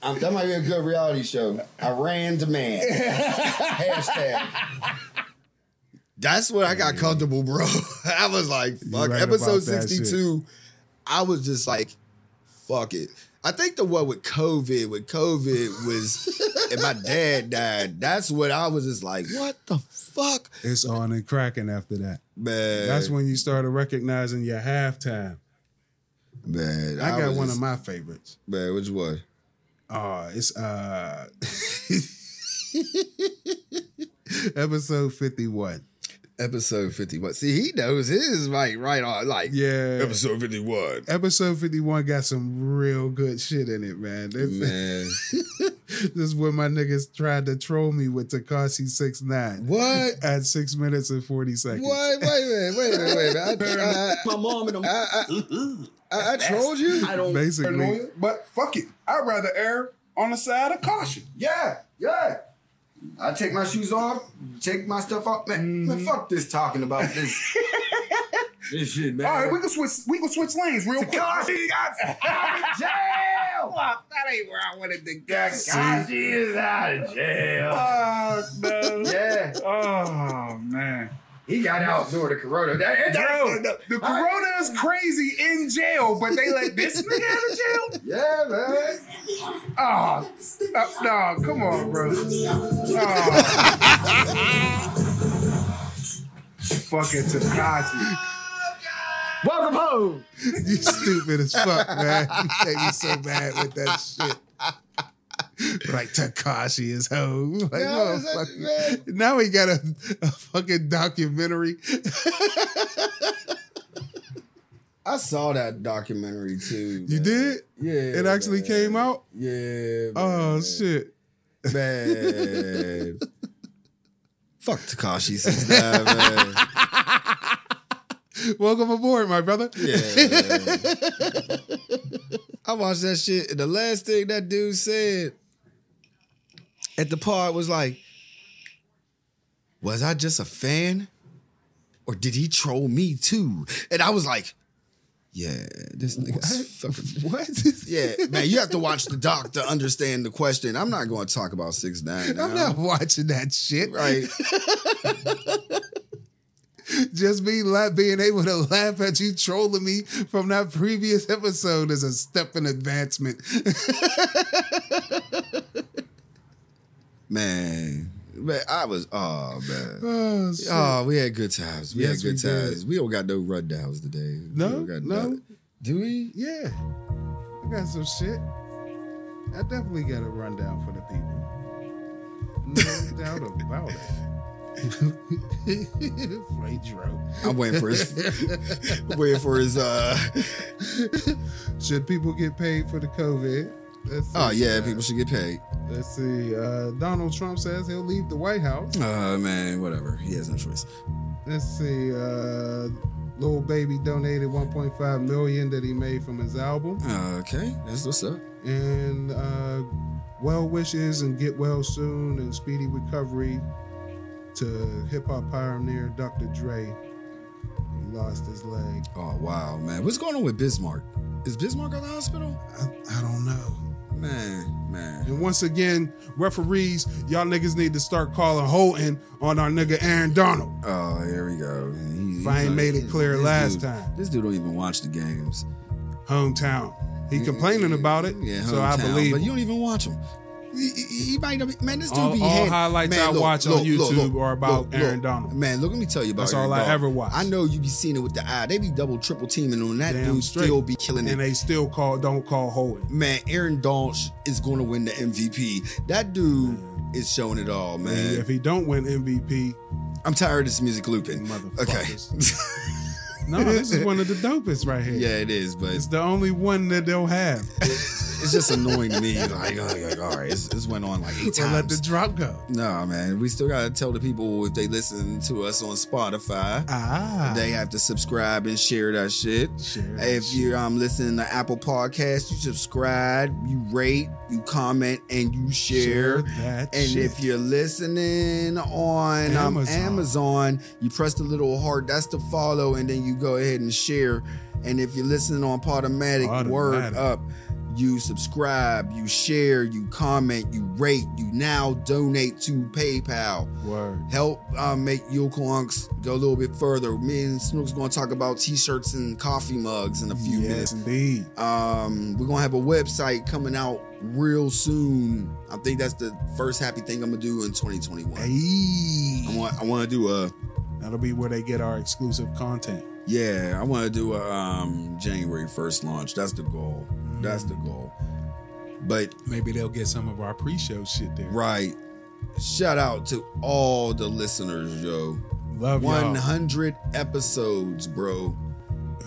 [SPEAKER 2] Um, that might be a good reality show. I ran to man. Hashtag. That's when I got comfortable, bro. I was like, fuck.
[SPEAKER 1] right
[SPEAKER 2] Episode
[SPEAKER 1] about that shit.
[SPEAKER 2] 62, I was just like, fuck it. I think the one with COVID, with COVID was, and my dad died. That's what I was just like, what the fuck,
[SPEAKER 1] It's on and cracking after that.
[SPEAKER 2] man.
[SPEAKER 1] That's when you started recognizing your halftime.
[SPEAKER 2] man.
[SPEAKER 1] I, got
[SPEAKER 2] was
[SPEAKER 1] one
[SPEAKER 2] just-
[SPEAKER 1] of my favorites.
[SPEAKER 2] man. Which one?
[SPEAKER 1] Uh, it's uh episode 51.
[SPEAKER 2] episode 51. See, he knows his right, right on. Like,
[SPEAKER 1] Yeah.
[SPEAKER 2] episode 51.
[SPEAKER 1] Episode 51 got some real good shit in it, man. This,
[SPEAKER 2] Man,
[SPEAKER 1] this is when my niggas tried to troll me with Takashi 69
[SPEAKER 2] what?
[SPEAKER 1] at 6 minutes and 40 seconds.
[SPEAKER 2] What? Wait a minute! Wait a minute! Wait a minute! I,
[SPEAKER 3] My mom and them.
[SPEAKER 2] I, I, I, I, I trolled you.
[SPEAKER 3] I don't.
[SPEAKER 1] Basically,
[SPEAKER 8] But fuck it. I'd rather err on the side of caution.
[SPEAKER 2] Yeah, yeah. I take my shoes off, take my stuff off. Man,
[SPEAKER 8] Mm-hmm.
[SPEAKER 2] man, fuck this talking about this. this shit, man.
[SPEAKER 8] All right, we can switch. We can switch lanes real quick.
[SPEAKER 2] Takashi got out of jail.
[SPEAKER 8] Fuck, that ain't where I wanted to go.
[SPEAKER 2] Takashi is out of jail.
[SPEAKER 8] Fuck, no.
[SPEAKER 2] Yeah,
[SPEAKER 8] Oh man,
[SPEAKER 2] he got out during the corona. That-
[SPEAKER 8] bro,
[SPEAKER 2] that-
[SPEAKER 8] the, the
[SPEAKER 2] I-
[SPEAKER 8] corona is crazy in jail, but they let this nigga out of jail.
[SPEAKER 2] Yeah, man.
[SPEAKER 8] Oh, uh, no, come on, bro. Oh. Fucking Takashi.
[SPEAKER 2] Welcome home.
[SPEAKER 1] you stupid as fuck, man. You made me so mad with that shit. Like Takashi is home. Like,
[SPEAKER 2] Yeah, is that-
[SPEAKER 1] motherfucker.
[SPEAKER 2] man.
[SPEAKER 1] Now we got a, a fucking documentary.
[SPEAKER 2] I saw that documentary too.
[SPEAKER 1] You
[SPEAKER 2] man.
[SPEAKER 1] did?
[SPEAKER 2] Yeah.
[SPEAKER 1] It actually
[SPEAKER 2] man.
[SPEAKER 1] came out?
[SPEAKER 2] Yeah.
[SPEAKER 1] Oh
[SPEAKER 2] man.
[SPEAKER 1] shit.
[SPEAKER 2] Man. Fuck Takashi since now, man.
[SPEAKER 1] Welcome aboard, my brother.
[SPEAKER 2] Yeah. I watched that shit, and the last thing that dude said at the part was like, "Was I just a fan, or did he troll me too?" And I was like, "Yeah, this nigga's fucking what?" yeah, man, you have to watch the doc to understand the question. I'm not going to talk about six nine.
[SPEAKER 1] I'm not watching that shit.
[SPEAKER 2] right.
[SPEAKER 1] Just me la- being able to laugh at you trolling me from that previous episode is a step in advancement.
[SPEAKER 2] Man, man, I was oh man.
[SPEAKER 1] oh, shit.
[SPEAKER 2] Oh, we had good times. We
[SPEAKER 1] Yes,
[SPEAKER 2] had good
[SPEAKER 1] we did.
[SPEAKER 2] times. We don't got no rundowns today. We
[SPEAKER 1] No,
[SPEAKER 2] don't got
[SPEAKER 1] no.
[SPEAKER 2] nothing. Do we?
[SPEAKER 1] Yeah. I got some shit. I definitely got a rundown for the people. No doubt about it. Fredro.
[SPEAKER 2] I'm waiting for his. I'm waiting for his. Uh,
[SPEAKER 1] Should people get paid for the COVID? Let's see,
[SPEAKER 2] oh yeah,
[SPEAKER 1] uh,
[SPEAKER 2] people should get paid.
[SPEAKER 1] Let's see. Uh, Donald Trump says he'll leave the White House.
[SPEAKER 2] Oh man, whatever. He has no choice.
[SPEAKER 1] Let's see. Uh, Little Baby donated 1.5 million that he made from his album,
[SPEAKER 2] Okay, that's what's up.
[SPEAKER 1] and uh, well wishes and get well soon and speedy recovery to hip hop pioneer Dr. Dre. He lost his leg.
[SPEAKER 2] Oh wow, man, what's going on with Bismarck? Is Bismarck at the hospital?
[SPEAKER 1] I, I don't know.
[SPEAKER 2] Man, man.
[SPEAKER 1] And once again, referees, y'all niggas need to start calling Holton on our nigga Aaron Donald.
[SPEAKER 2] Oh, here we go. He-
[SPEAKER 1] If I ain't made it clear
[SPEAKER 2] this
[SPEAKER 1] last
[SPEAKER 2] dude-
[SPEAKER 1] time.
[SPEAKER 2] This dude don't even watch the games.
[SPEAKER 1] Hometown. He complaining about it,
[SPEAKER 2] Yeah,
[SPEAKER 1] so I
[SPEAKER 2] hometown,
[SPEAKER 1] believe.
[SPEAKER 2] But you
[SPEAKER 1] him.
[SPEAKER 2] don't even watch him. He, he- he might not be, man, this dude
[SPEAKER 1] All-
[SPEAKER 2] be
[SPEAKER 1] all
[SPEAKER 2] hand-
[SPEAKER 1] highlights
[SPEAKER 2] man,
[SPEAKER 1] I watch on YouTube are about Aaron Donald.
[SPEAKER 2] Man, look, let me tell you about
[SPEAKER 1] That's
[SPEAKER 2] Aaron
[SPEAKER 1] all I
[SPEAKER 2] Donald.
[SPEAKER 1] ever watch.
[SPEAKER 2] I know you be seeing it with the eye. They be double, triple teaming on that
[SPEAKER 1] Damn
[SPEAKER 2] dude
[SPEAKER 1] straight.
[SPEAKER 2] still be killing it.
[SPEAKER 1] and they still call don't call Holton.
[SPEAKER 2] man, Aaron Donald is going to win the MVP. That dude is showing it all,
[SPEAKER 1] And
[SPEAKER 2] man.
[SPEAKER 1] if he don't win MVP,
[SPEAKER 2] I'm tired of this music looping. Okay.
[SPEAKER 1] Motherfuckers. no, this is one of the dopest right here.
[SPEAKER 2] yeah, it is, but
[SPEAKER 1] It's
[SPEAKER 2] it's,
[SPEAKER 1] the only one that they'll have.
[SPEAKER 2] it's just annoying to me. Like, I'm like, all right, this, this went on like eight
[SPEAKER 1] Or let the
[SPEAKER 2] times.
[SPEAKER 1] drop go.
[SPEAKER 2] no, man, we still gotta tell the people if they listen to us on Spotify,
[SPEAKER 1] Ah,
[SPEAKER 2] they have to subscribe and share that shit.
[SPEAKER 1] share
[SPEAKER 2] If you're um listening to Apple Podcasts, you subscribe, you rate, you comment, and you share.
[SPEAKER 1] that
[SPEAKER 2] And
[SPEAKER 1] shit.
[SPEAKER 2] if you're listening on Amazon. Um,
[SPEAKER 1] Amazon.
[SPEAKER 2] Amazon, you press the little heart, that's the follow, and then you go ahead and share. And if you're listening on Podomatic, word
[SPEAKER 1] Podomatic.
[SPEAKER 2] up, you subscribe, you share, you comment, you rate, you now donate to PayPal.
[SPEAKER 1] word.
[SPEAKER 2] Help um, make Yulko Unks go a little bit further. Me and Snook's gonna talk about t-shirts and coffee mugs in a few minutes.
[SPEAKER 1] Yes, indeed.
[SPEAKER 2] Um, we're gonna have a website coming out real soon. I think that's the first happy thing I'm gonna do in 2021. I
[SPEAKER 1] Hey,
[SPEAKER 2] want I want to do a
[SPEAKER 1] that'll be where they get our exclusive content.
[SPEAKER 2] yeah. I want to do a um January 1st launch. That's the goal. That's the goal. But
[SPEAKER 1] Maybe they'll get some of our pre-show shit there.
[SPEAKER 2] right, shout out to all the listeners, yo.
[SPEAKER 1] Love y'all.
[SPEAKER 2] 100 episodes, bro.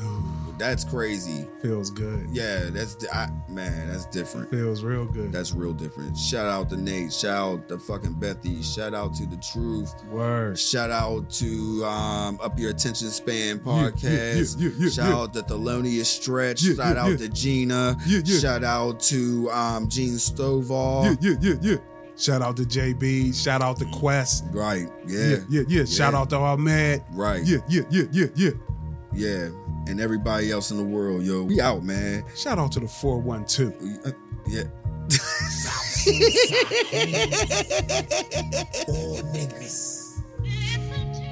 [SPEAKER 1] Ooh,
[SPEAKER 2] That's crazy.
[SPEAKER 1] feels good.
[SPEAKER 2] Yeah, that's di- I, man. That's different.
[SPEAKER 1] Feels real good.
[SPEAKER 2] That's real different. Shout out to Nate. Shout out to fucking Bethy. Shout out to the truth.
[SPEAKER 1] word.
[SPEAKER 2] Shout out to um, Up Your Attention Span podcast.
[SPEAKER 1] Yeah, yeah, yeah, yeah,
[SPEAKER 2] Shout
[SPEAKER 1] yeah.
[SPEAKER 2] out to Thelonious Stretch.
[SPEAKER 1] Yeah,
[SPEAKER 2] Shout
[SPEAKER 1] yeah,
[SPEAKER 2] out
[SPEAKER 1] yeah.
[SPEAKER 2] to Gina.
[SPEAKER 1] Yeah, yeah.
[SPEAKER 2] Shout out to um, Gene Stovall.
[SPEAKER 1] Yeah, yeah, yeah, yeah. Shout out to JB. Shout out to Quest.
[SPEAKER 2] Right. Yeah.
[SPEAKER 1] Yeah, yeah, yeah. Shout out to Ahmed.
[SPEAKER 2] Right.
[SPEAKER 1] Yeah, yeah, yeah, yeah, yeah.
[SPEAKER 2] Yeah. And everybody else in the world, yo. We out, man.
[SPEAKER 1] Shout out to the 412.
[SPEAKER 2] We- uh, Yeah.
[SPEAKER 6] All niggas.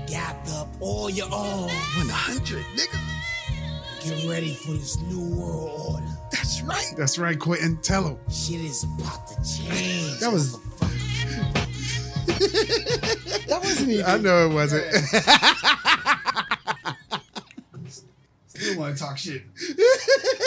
[SPEAKER 6] Gapped up all your own.
[SPEAKER 2] 100, nigga.
[SPEAKER 6] Get ready for this new world order.
[SPEAKER 2] That's right.
[SPEAKER 1] That's right, Quentin. Tell him.
[SPEAKER 6] Shit is about to change.
[SPEAKER 2] That was-
[SPEAKER 6] motherfucker.
[SPEAKER 2] That wasn't even.
[SPEAKER 1] I know it wasn't.
[SPEAKER 8] Still want to talk shit.